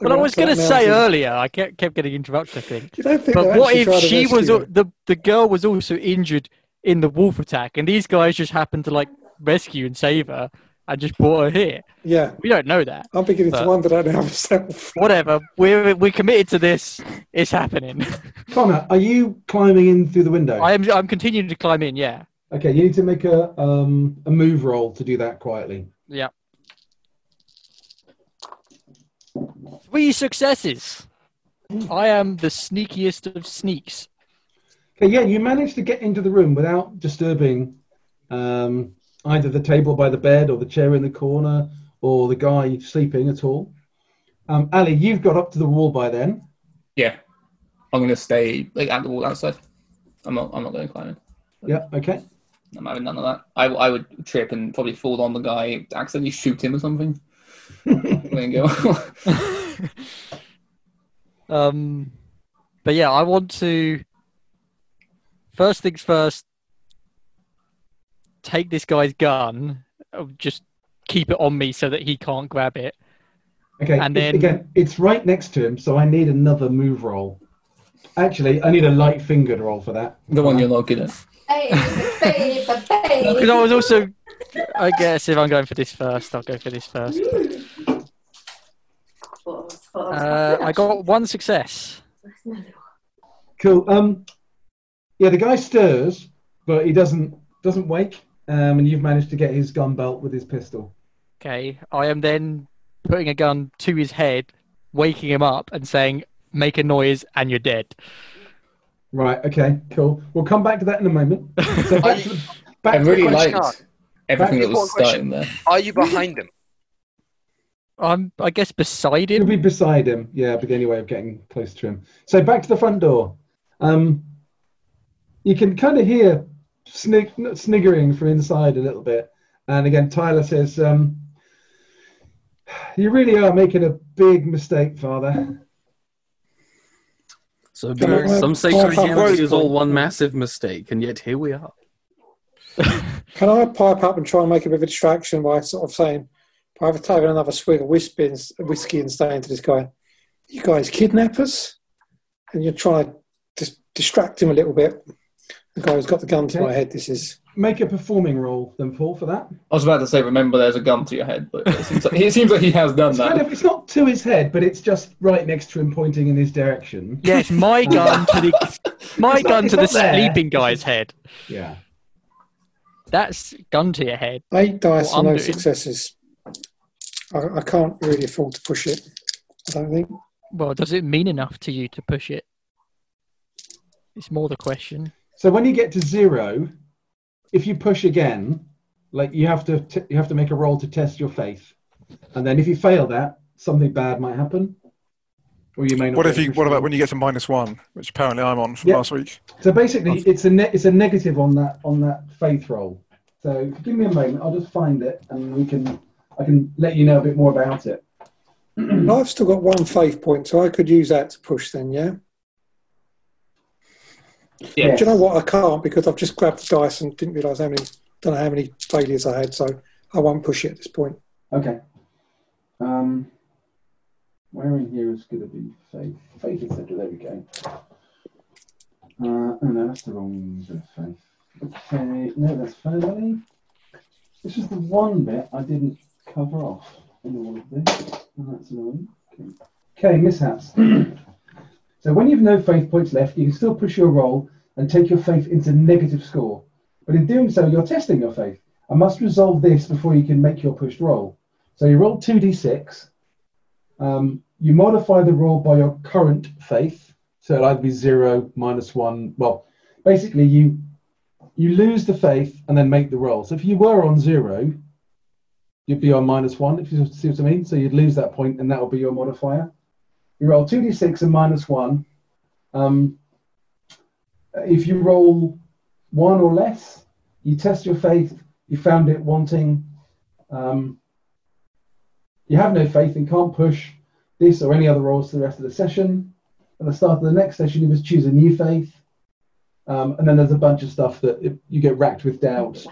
F: But I was going to say earlier, I kept, kept getting interrupted, I think.
D: You don't think
F: But
D: they're
F: what
D: actually
F: if
D: trying to
F: she was
D: rescue
F: al- the the girl was also injured in the wolf attack, and these guys just happened to like rescue and save her, and just brought her here?
D: Yeah,
F: We don't know that.
D: I'm beginning
F: But-
D: to wonder that now myself.
F: Whatever, we're we're committed to this. It's happening.
I: Connor, are you climbing in through the window?
F: I am I'm continuing to climb in. Yeah,
I: Okay, you need to make a um, a move roll to do that quietly.
F: yeah. Three successes. I am the sneakiest of sneaks.
I: Okay, yeah, you managed to get into the room without disturbing um, either the table by the bed or the chair in the corner or the guy sleeping at all. Um, Ali, you've got up to the wall by then.
C: Yeah. I'm going to stay like at the wall outside. I'm not, I'm not going to climb in.
I: Yeah, okay.
C: I'm having none of that. I, I would trip and probably fall on the guy, accidentally shoot him or something. and then go.
F: Um, but yeah, I want to. First things first. Take this guy's gun. uh, Just keep it on me so that he can't grab it.
I: Okay,
F: And
I: it-
F: then-
I: again, it's right next to him, so I need another move roll. Actually, I need a light fingered roll for that.
C: The one you're not good at.
J: Hey, baby,
F: Because
J: baby.
F: I was also, I guess if I'm going for this first, I'll go for this first. Uh, I got one success.
I: Cool. Um, yeah, the guy stirs, but he doesn't doesn't wake. Um, and you've managed to get his gun belt with his pistol.
F: Okay, I am then putting a gun to his head, waking him up, and saying, "Make a noise, and you're dead."
I: Right. Okay. Cool. We'll come back to that in a moment. So back to the, back
C: I
I: to the
C: really
I: question.
G: question
C: liked
G: are-
C: everything that
G: Back-
C: was starting there.
G: Are you behind him?
F: I'm, I guess, beside
I: You'll
F: him.
I: be beside him. Yeah, but the only way of getting close to him. So back to the front door. Um, you can kind of hear snig- sniggering from inside a little bit. And again, Tyler says, um, "You really are making a big mistake, Father."
E: So
D: Can I-
E: some say
D: Can I-
E: Christianity is all one massive mistake, and yet here we are.
D: Can I pipe up and try and make a bit of a distraction by sort of saying, by either taking another swig of whiskey and, whiskey and saying to this guy, you guys kidnap us? And you're trying to dis- distract him a little bit. The guy who's got the gun to
I: Okay.
D: my head, this is.
I: Make a performing roll, then Paul, for that.
C: I was about to say, remember, there's a gun to your head, but it seems like, it seems like he has done
I: It's kind
C: that.
I: of it's not to his head, but it's just right next to him, pointing in his direction.
F: Yes, my gun to the my
I: It's not-
F: gun
I: it's
F: to the
I: not there.
F: sleeping guy's head.
I: Yeah.
F: That's gun to your head.
D: Eight dice
F: Well,
D: and
F: I'm
D: no
F: doing-
D: successes. I, I can't really afford to push it, I don't think.
F: Well, does it mean enough to you to push it? It's more the question.
I: So when you get to zero, if you push again, like you have to t- you have to make a roll to test your faith, and then if you fail that, something bad might happen, or you may not.
H: What
I: be
H: if
I: able to
H: you?
I: push
H: What about
I: on.
H: when you get to minus one, which apparently I'm on from
I: Yeah.
H: last week?
I: So basically,
H: Oh.
I: it's a ne- it's a negative on that on that faith roll. So if you give me a moment, I'll just find it, and we can I can let you know a bit more about it.
D: I've still got one faith point, so I could use that to push then, yeah?
I: Yes.
D: Do you know what? I can't because I've just grabbed the dice and didn't realise how many, don't know how many failures I had, so I won't push it at this point.
I: Okay. Um, where in here is going to be faith? Faith, etc. There we go. Uh, oh no, that's the wrong bit of faith. Okay, no, that's family. This is the one bit I didn't cover off in all of this, and that's annoying. Okay, okay mishaps. so when you've no faith points left, you can still push your roll and take your faith into negative score. But in doing so, you're testing your faith and must resolve this before you can make your pushed roll. So you roll 2d6. Um, you modify the roll by your current faith. So it'll either be 0, minus 1. Well, basically, you you lose the faith and then make the roll. So if you were on 0, you'd be on minus 1, if you see what I mean. So you'd lose that point and that'll be your modifier. You roll 2d6 and minus 1. Um, if you roll 1 or less, you test your faith, you found it wanting, um, you have no faith and can't push this or any other roles to the rest of the session. At the start of the next session, you must choose a new faith. Um, and then there's a bunch of stuff that it, you get racked with doubt.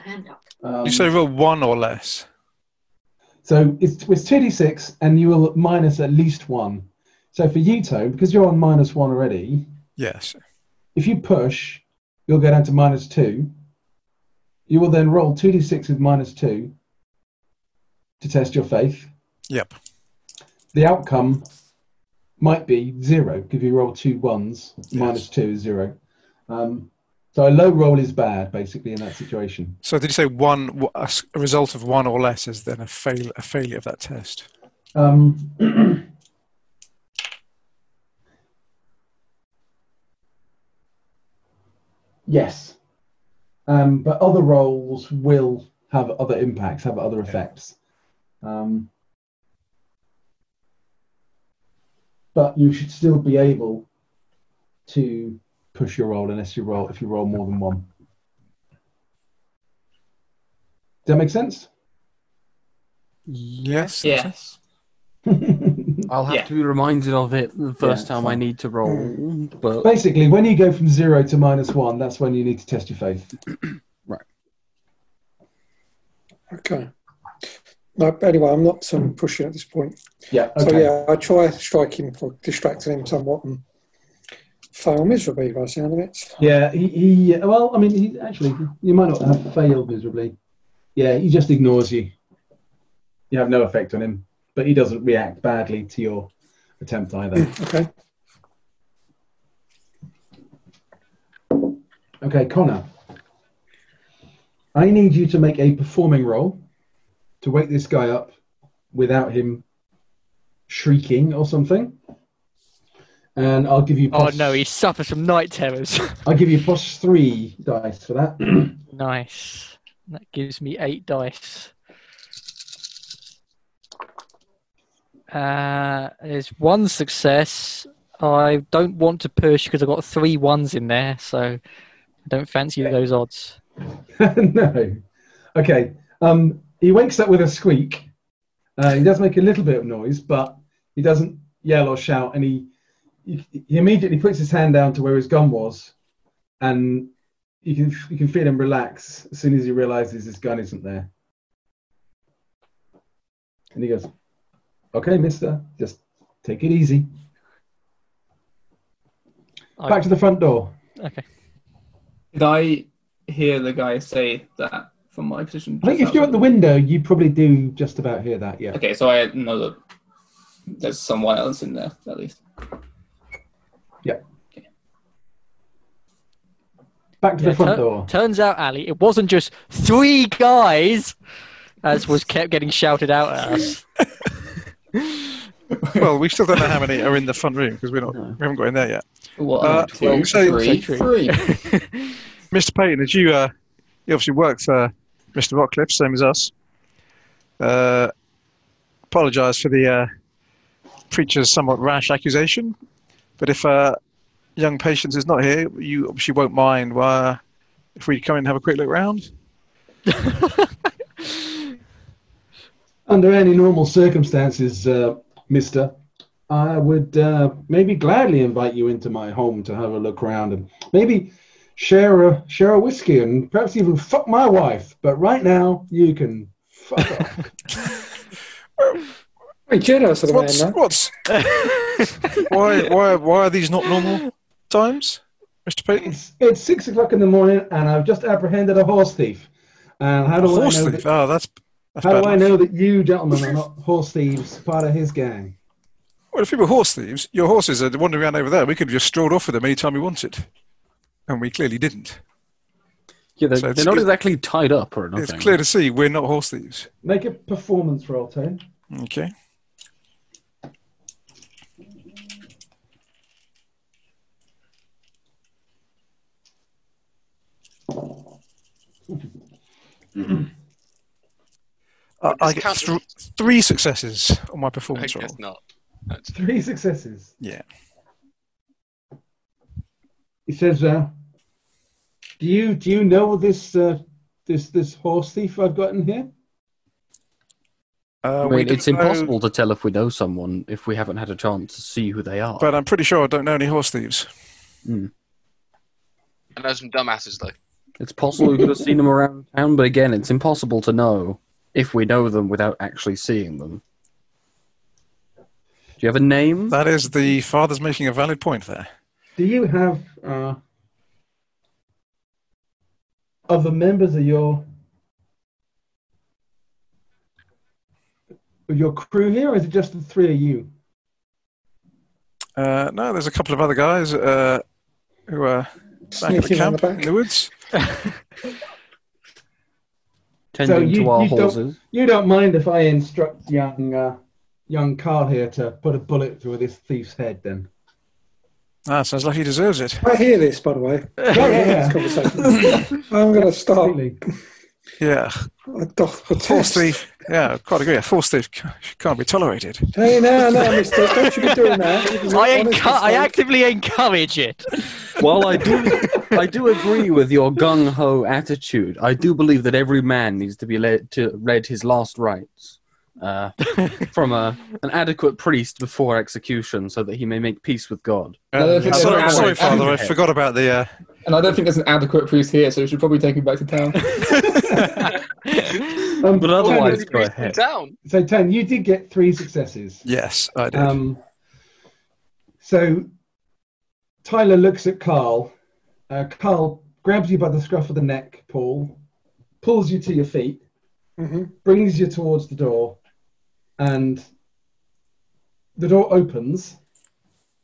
I: Um,
H: You say roll one or less.
I: so it's, it's 2d6, and you will minus at least one. So for you, Tone, because you're on minus one already,
H: Yes.
I: if you push, you'll go down to minus two. You will then roll 2d6 with minus two to test your faith.
H: Yep.
I: The outcome might be zero because you roll two ones, minus two is zero. Um, so a low roll is bad, basically, in that situation.
H: So did you say one? A s- a result of one or less is then a fail, a failure of that test.
I: Um, yes. Um, but other roles will have other impacts, have other effects. Um, but you should still be able to push your roll unless you roll if you roll more than one. Does that make sense?
H: Yes.
C: Yes.
E: I'll have
C: Yeah.
E: to be reminded of it the first
I: Yeah,
E: time I
I: fine.
E: need to
I: Mm.
E: roll. But
I: Basically, when you go from zero to minus one, that's when you need to test your faith.
D: Okay. No, but anyway, I'm not um, pushing at this point.
I: Yeah.
D: So yeah, I try striking for distracting him somewhat and fail miserably by the sound of it.
I: Yeah, he, he well, I mean, he actually, you might not have failed miserably. Yeah, he just ignores you. You have no effect on him, but he doesn't react badly to your attempt either.
D: Okay.
I: Okay, Connor. I need you to make a performing roll to wake this guy up without him shrieking or something. And I'll give you
F: Oh
I: plus,
F: no, he suffers from night terrors.
I: I'll give you plus three dice for that.
F: nice. That gives me eight dice. Uh, there's one success. I don't want to push because I've got three ones in there, so I don't fancy those odds.
I: no. Okay. Um, he wakes up with a squeak. Uh, he does make a little bit of noise, but he doesn't yell or shout. And he, he, he immediately puts his hand down to where his gun was, and you can you can feel him relax as soon as he realizes his gun isn't there. And he goes, "Okay, Mister, just take it easy."
F: I-
I: Back to the front door.
F: Okay.
C: Did I hear the guy say that from my position?
I: I think if
C: Just
I: you're at the window, you probably do just about hear that. Yeah.
C: Okay, so I know that there's someone else in there at least.
I: Back to
F: Yeah,
I: the front
F: tur-
I: door.
F: Turns out, Ali, it wasn't just three guys, as was kept getting shouted out at us.
H: Well, we still don't know how many are in the front room because we're not, we haven't got in there yet.
C: What?
H: Uh,
C: two,
H: well, so-
C: three,
F: so-
C: three.
H: Mr. Payton, as you, uh, you obviously work for Mr. Rockcliffe, same as us. Uh, Apologise for the uh, preacher's somewhat rash accusation, but if uh, young Patience is not here, you obviously won't mind uh, if we come in and have a quick look round.
I: Under any normal circumstances, uh, Mister, I would uh, maybe gladly invite you into my home to have a look around and maybe share a share a whiskey and perhaps even fuck my wife. But right now, you can fuck off.
D: Very generous of the man,
H: What's,
D: though.
H: what's why, why, why are these not normal times, Mr. Payton?
I: It's, it's six o'clock in the morning, and I've just apprehended a horse thief. And how do
H: Horse
I: I know?
H: thief.
I: That,
H: Oh, that's, that's
I: how
H: bad.
I: do I
H: enough.
I: know that you gentlemen are not horse thieves, part of his gang?
H: Well, if we were horse thieves, your horses are wandering around over there. We could have just strolled off with them any time we wanted. And we clearly didn't.
E: Yeah, they're,
H: So it's
E: they're not
H: good-
E: exactly tied up or nothing.
H: It's clear to see we're not horse thieves.
I: Make a performance roll, Tony.
H: Okay.
G: Mm-hmm.
H: Uh, I get
G: It's
H: th- three successes on my
G: I
H: performance roll.
G: guess not.
I: Three successes.
H: Yeah.
I: he says, uh, "Do you do you know this uh, this this horse thief I've got in here?"
H: Uh,
E: I
H: we
E: mean,
H: don't
E: it's
H: know-
E: impossible to tell if we know someone if we haven't had a chance to see who they are.
H: but I'm pretty sure I don't know any horse thieves.
G: I know some dumbasses though.
E: it's possible we could have seen them around town, but again, it's impossible to know if we know them without actually seeing them. Do you have a name?
H: That is the father's making a valid point there.
I: Do you have uh, other members of your of your crew here, or is it just the three of you?
H: Uh, no, there's a couple of other guys uh, who are back at the
D: Sneaking around
H: camp
D: the back.
H: in the woods.
E: Tending
I: you-
E: to our
I: you don't-
E: horses.
I: You don't mind if I instruct young uh, young Carl here to put a bullet through this thief's head, then?
H: Ah, sounds like he deserves it.
D: I hear this, by the way.
I: yeah, yeah,
D: This conversation. I'm going to start.
I: Completely.
H: Yeah,
D: I doth
H: horse
D: protest.
H: thief. Yeah, quite agree. A horse thief c- can't be tolerated.
D: Hey, no, no, mister. Don't you be doing that. It was an
F: I,
D: honest
F: encu- I
D: mistake.
F: actively encourage it.
E: While I do, I do agree with your gung ho attitude. I do believe that every man needs to be led to read his last rites uh, from a, an adequate priest before execution, so that he may make peace with God.
C: No,
H: Uh,
C: if it's
H: sorry,
C: not
H: sorry,
C: average,
H: Father. I
E: average.
H: forgot about the. Uh,
C: And I don't think there's an adequate priest here, so we should probably take him back to town.
I: Um,
E: But otherwise, go ahead.
G: Down.
I: so Tan, you did get
D: Um,
I: Um, three successes.
H: yes, I did.
I: Um, so Tyler looks at Carl. Uh, Carl grabs you by the scruff of the neck, Paul, pulls you to your feet, brings you towards the door, and the door opens.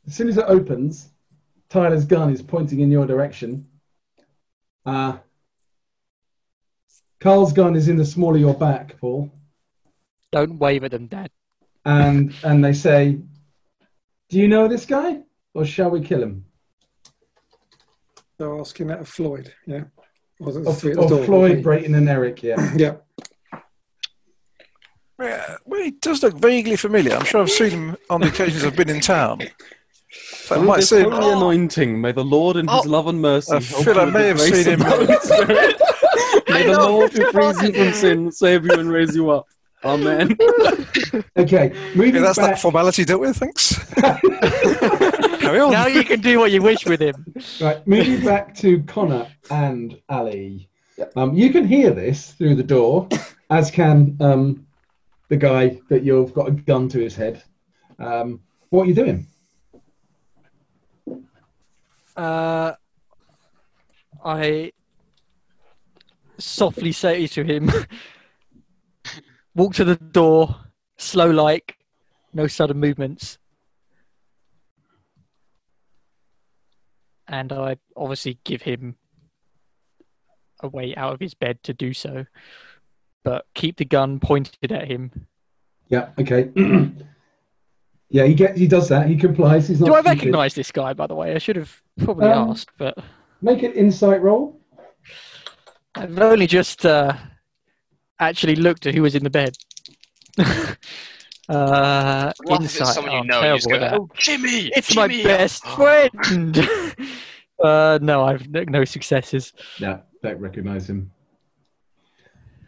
I: As soon as it opens, Tyler's gun is pointing in your direction. Uh, Carl's gun is in the small of your back, Paul,
F: Don't wave at them, Dad.
I: and and they say, "Do you know this guy, or shall we kill him?"
D: They're asking that of Floyd, yeah? Or, the
I: Of,
D: three at the
I: of
D: door,
I: Floyd,
D: wasn't he?
I: Brayton, and Eric. Yeah.
D: Yeah.
H: Yeah, well, he does look vaguely familiar. I'm sure I've seen him on the occasions I've been in town. So I
E: Through
H: might
E: this
H: see him.
E: Oh, holy anointing, may the Lord in His
G: Oh.
E: love and mercy.
H: I
E: help
H: feel
E: you
H: I
E: with
H: may
E: the
H: have
E: grace
H: seen
E: of
H: him.
E: the Holy Spirit. may the
G: know.
E: Lord who frees you from sin save you and raise you up. Amen.
I: Okay. Moving
H: Yeah, that's
I: back.
H: that formality dealt with. Thanks. Carry on.
F: Now you can do what you wish with him.
I: Right, moving back to Connor and Ali. Um, you can hear this through the door, as can um, the guy that you've got a gun to his head. Um, what are you doing?
F: Uh, I softly say to him, walk to the door, slow like, no sudden movements. And I obviously give him a way out of his bed to do so, but keep the gun pointed at him.
I: Yeah, okay. yeah, he gets, he does that. He complies. He's not.
F: Do I
I: stupid.
F: recognise this guy, by the way? I should have probably
I: Um,
F: asked, but
I: Make an insight roll.
F: I've only just uh, actually looked at who was in the bed. uh,
G: Laugh if it's
F: insight.
G: someone
F: Oh,
G: you know. You
F: terrible
G: just go,
F: at that.
G: oh, Jimmy!
F: It's my
G: Jimmy!
F: best friend. uh, no, I've no, no successes.
I: No, don't recognise him.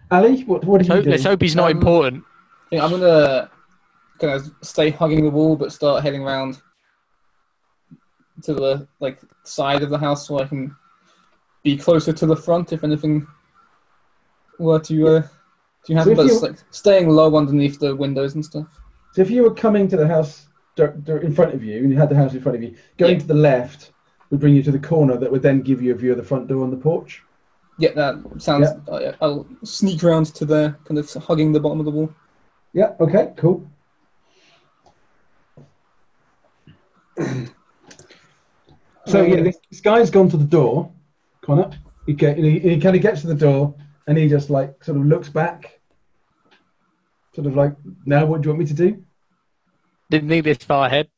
I: Ali, what what are
F: So,
I: you doing?
F: let's hope he's not
C: Um,
F: important.
C: Yeah, I'm gonna kind of stay hugging the wall, but start heading around to the like side of the house so I can be closer to the front if anything were to uh, to happen.
I: if
C: But
I: you-
C: it's, like staying low underneath the windows and stuff.
I: So if you were coming to the house dir- dir- in front of you, and you had the house in front of you, going
C: Yeah.
I: to the left would bring you to the corner that would then give you a view of the front door and the porch.
C: Yeah, that sounds. I, I'll sneak around to there, kind of hugging the bottom of the wall.
I: Yeah. Okay. Cool. so
F: Um,
I: yeah, this, this guy's gone to the door, Connor. He, get, he, he kind of gets to the door and he just like sort of looks back, sort of like, now what do you want me to do?
F: Didn't think this far ahead.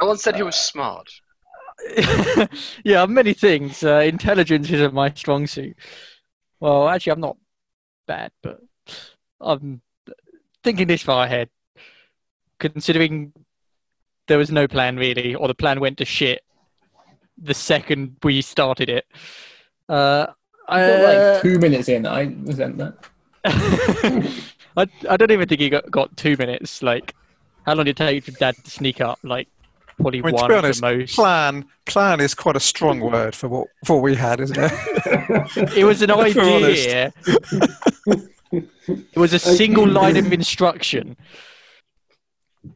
G: No one said he was smart.
F: yeah, many things. Uh, intelligence isn't my strong suit. Well, actually, I'm not bad, but I'm thinking this far ahead. Considering there was no plan really, or the plan went to shit the second we started it. Uh, I,
C: Got like two minutes in, I resent that.
F: I, I don't even think he got, got two minutes. Like, how long did it take for Dad to sneak up? Like, probably
H: I mean, to
F: one
H: be
F: at
H: honest,
F: the most.
H: plan plan is quite a strong word for what for what we had, isn't it?
F: It was an
H: If we're honest.
F: idea. it was a single line of instruction.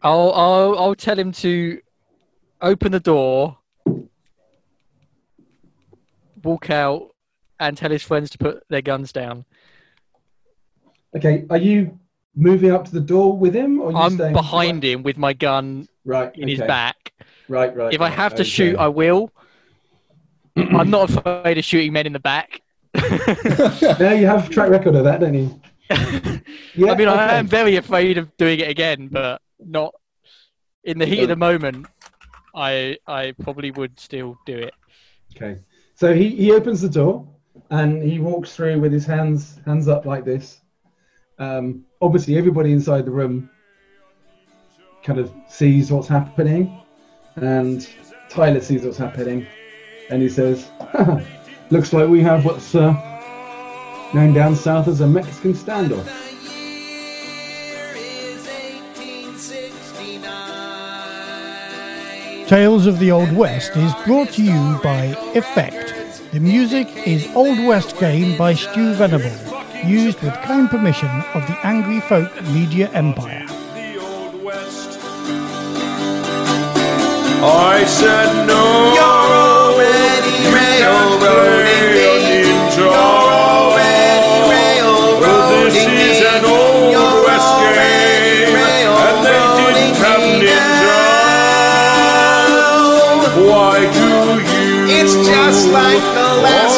F: I'll, I'll, I'll tell him to open the door, walk out, and tell his friends to put their guns down.
I: Okay, are you moving up to the door with him? Or are you
F: I'm
I: staying
F: behind him with my gun
I: Right.
F: in his
I: okay.
F: back.
I: Right, right.
F: If I
I: right,
F: have to
I: okay.
F: shoot, I will. I'm not afraid of shooting men in the back.
I: Now you have a track record of that, don't you? yeah,
F: I mean, I
I: okay.
F: am very afraid of doing it again, but not in the heat of the moment. I I probably would still do it.
I: Okay. So he, he opens the door and he walks through with his hands hands up like this. Um, obviously, everybody inside the room kind of sees what's happening, and Tyler sees what's happening, and he says, "Looks like we have what's uh, known down south as a Mexican standoff."
B: The year is 1869.
K: Tales of the Old West is brought to you by Effect. The music is Old West Game by Stu Venable, used with kind permission of the Angry Folk Media Empire.
A: The Old West I said no. You're already railroading me. You're already railroading This is an old west game, and they didn't have ninja. Why do you? It's just like the last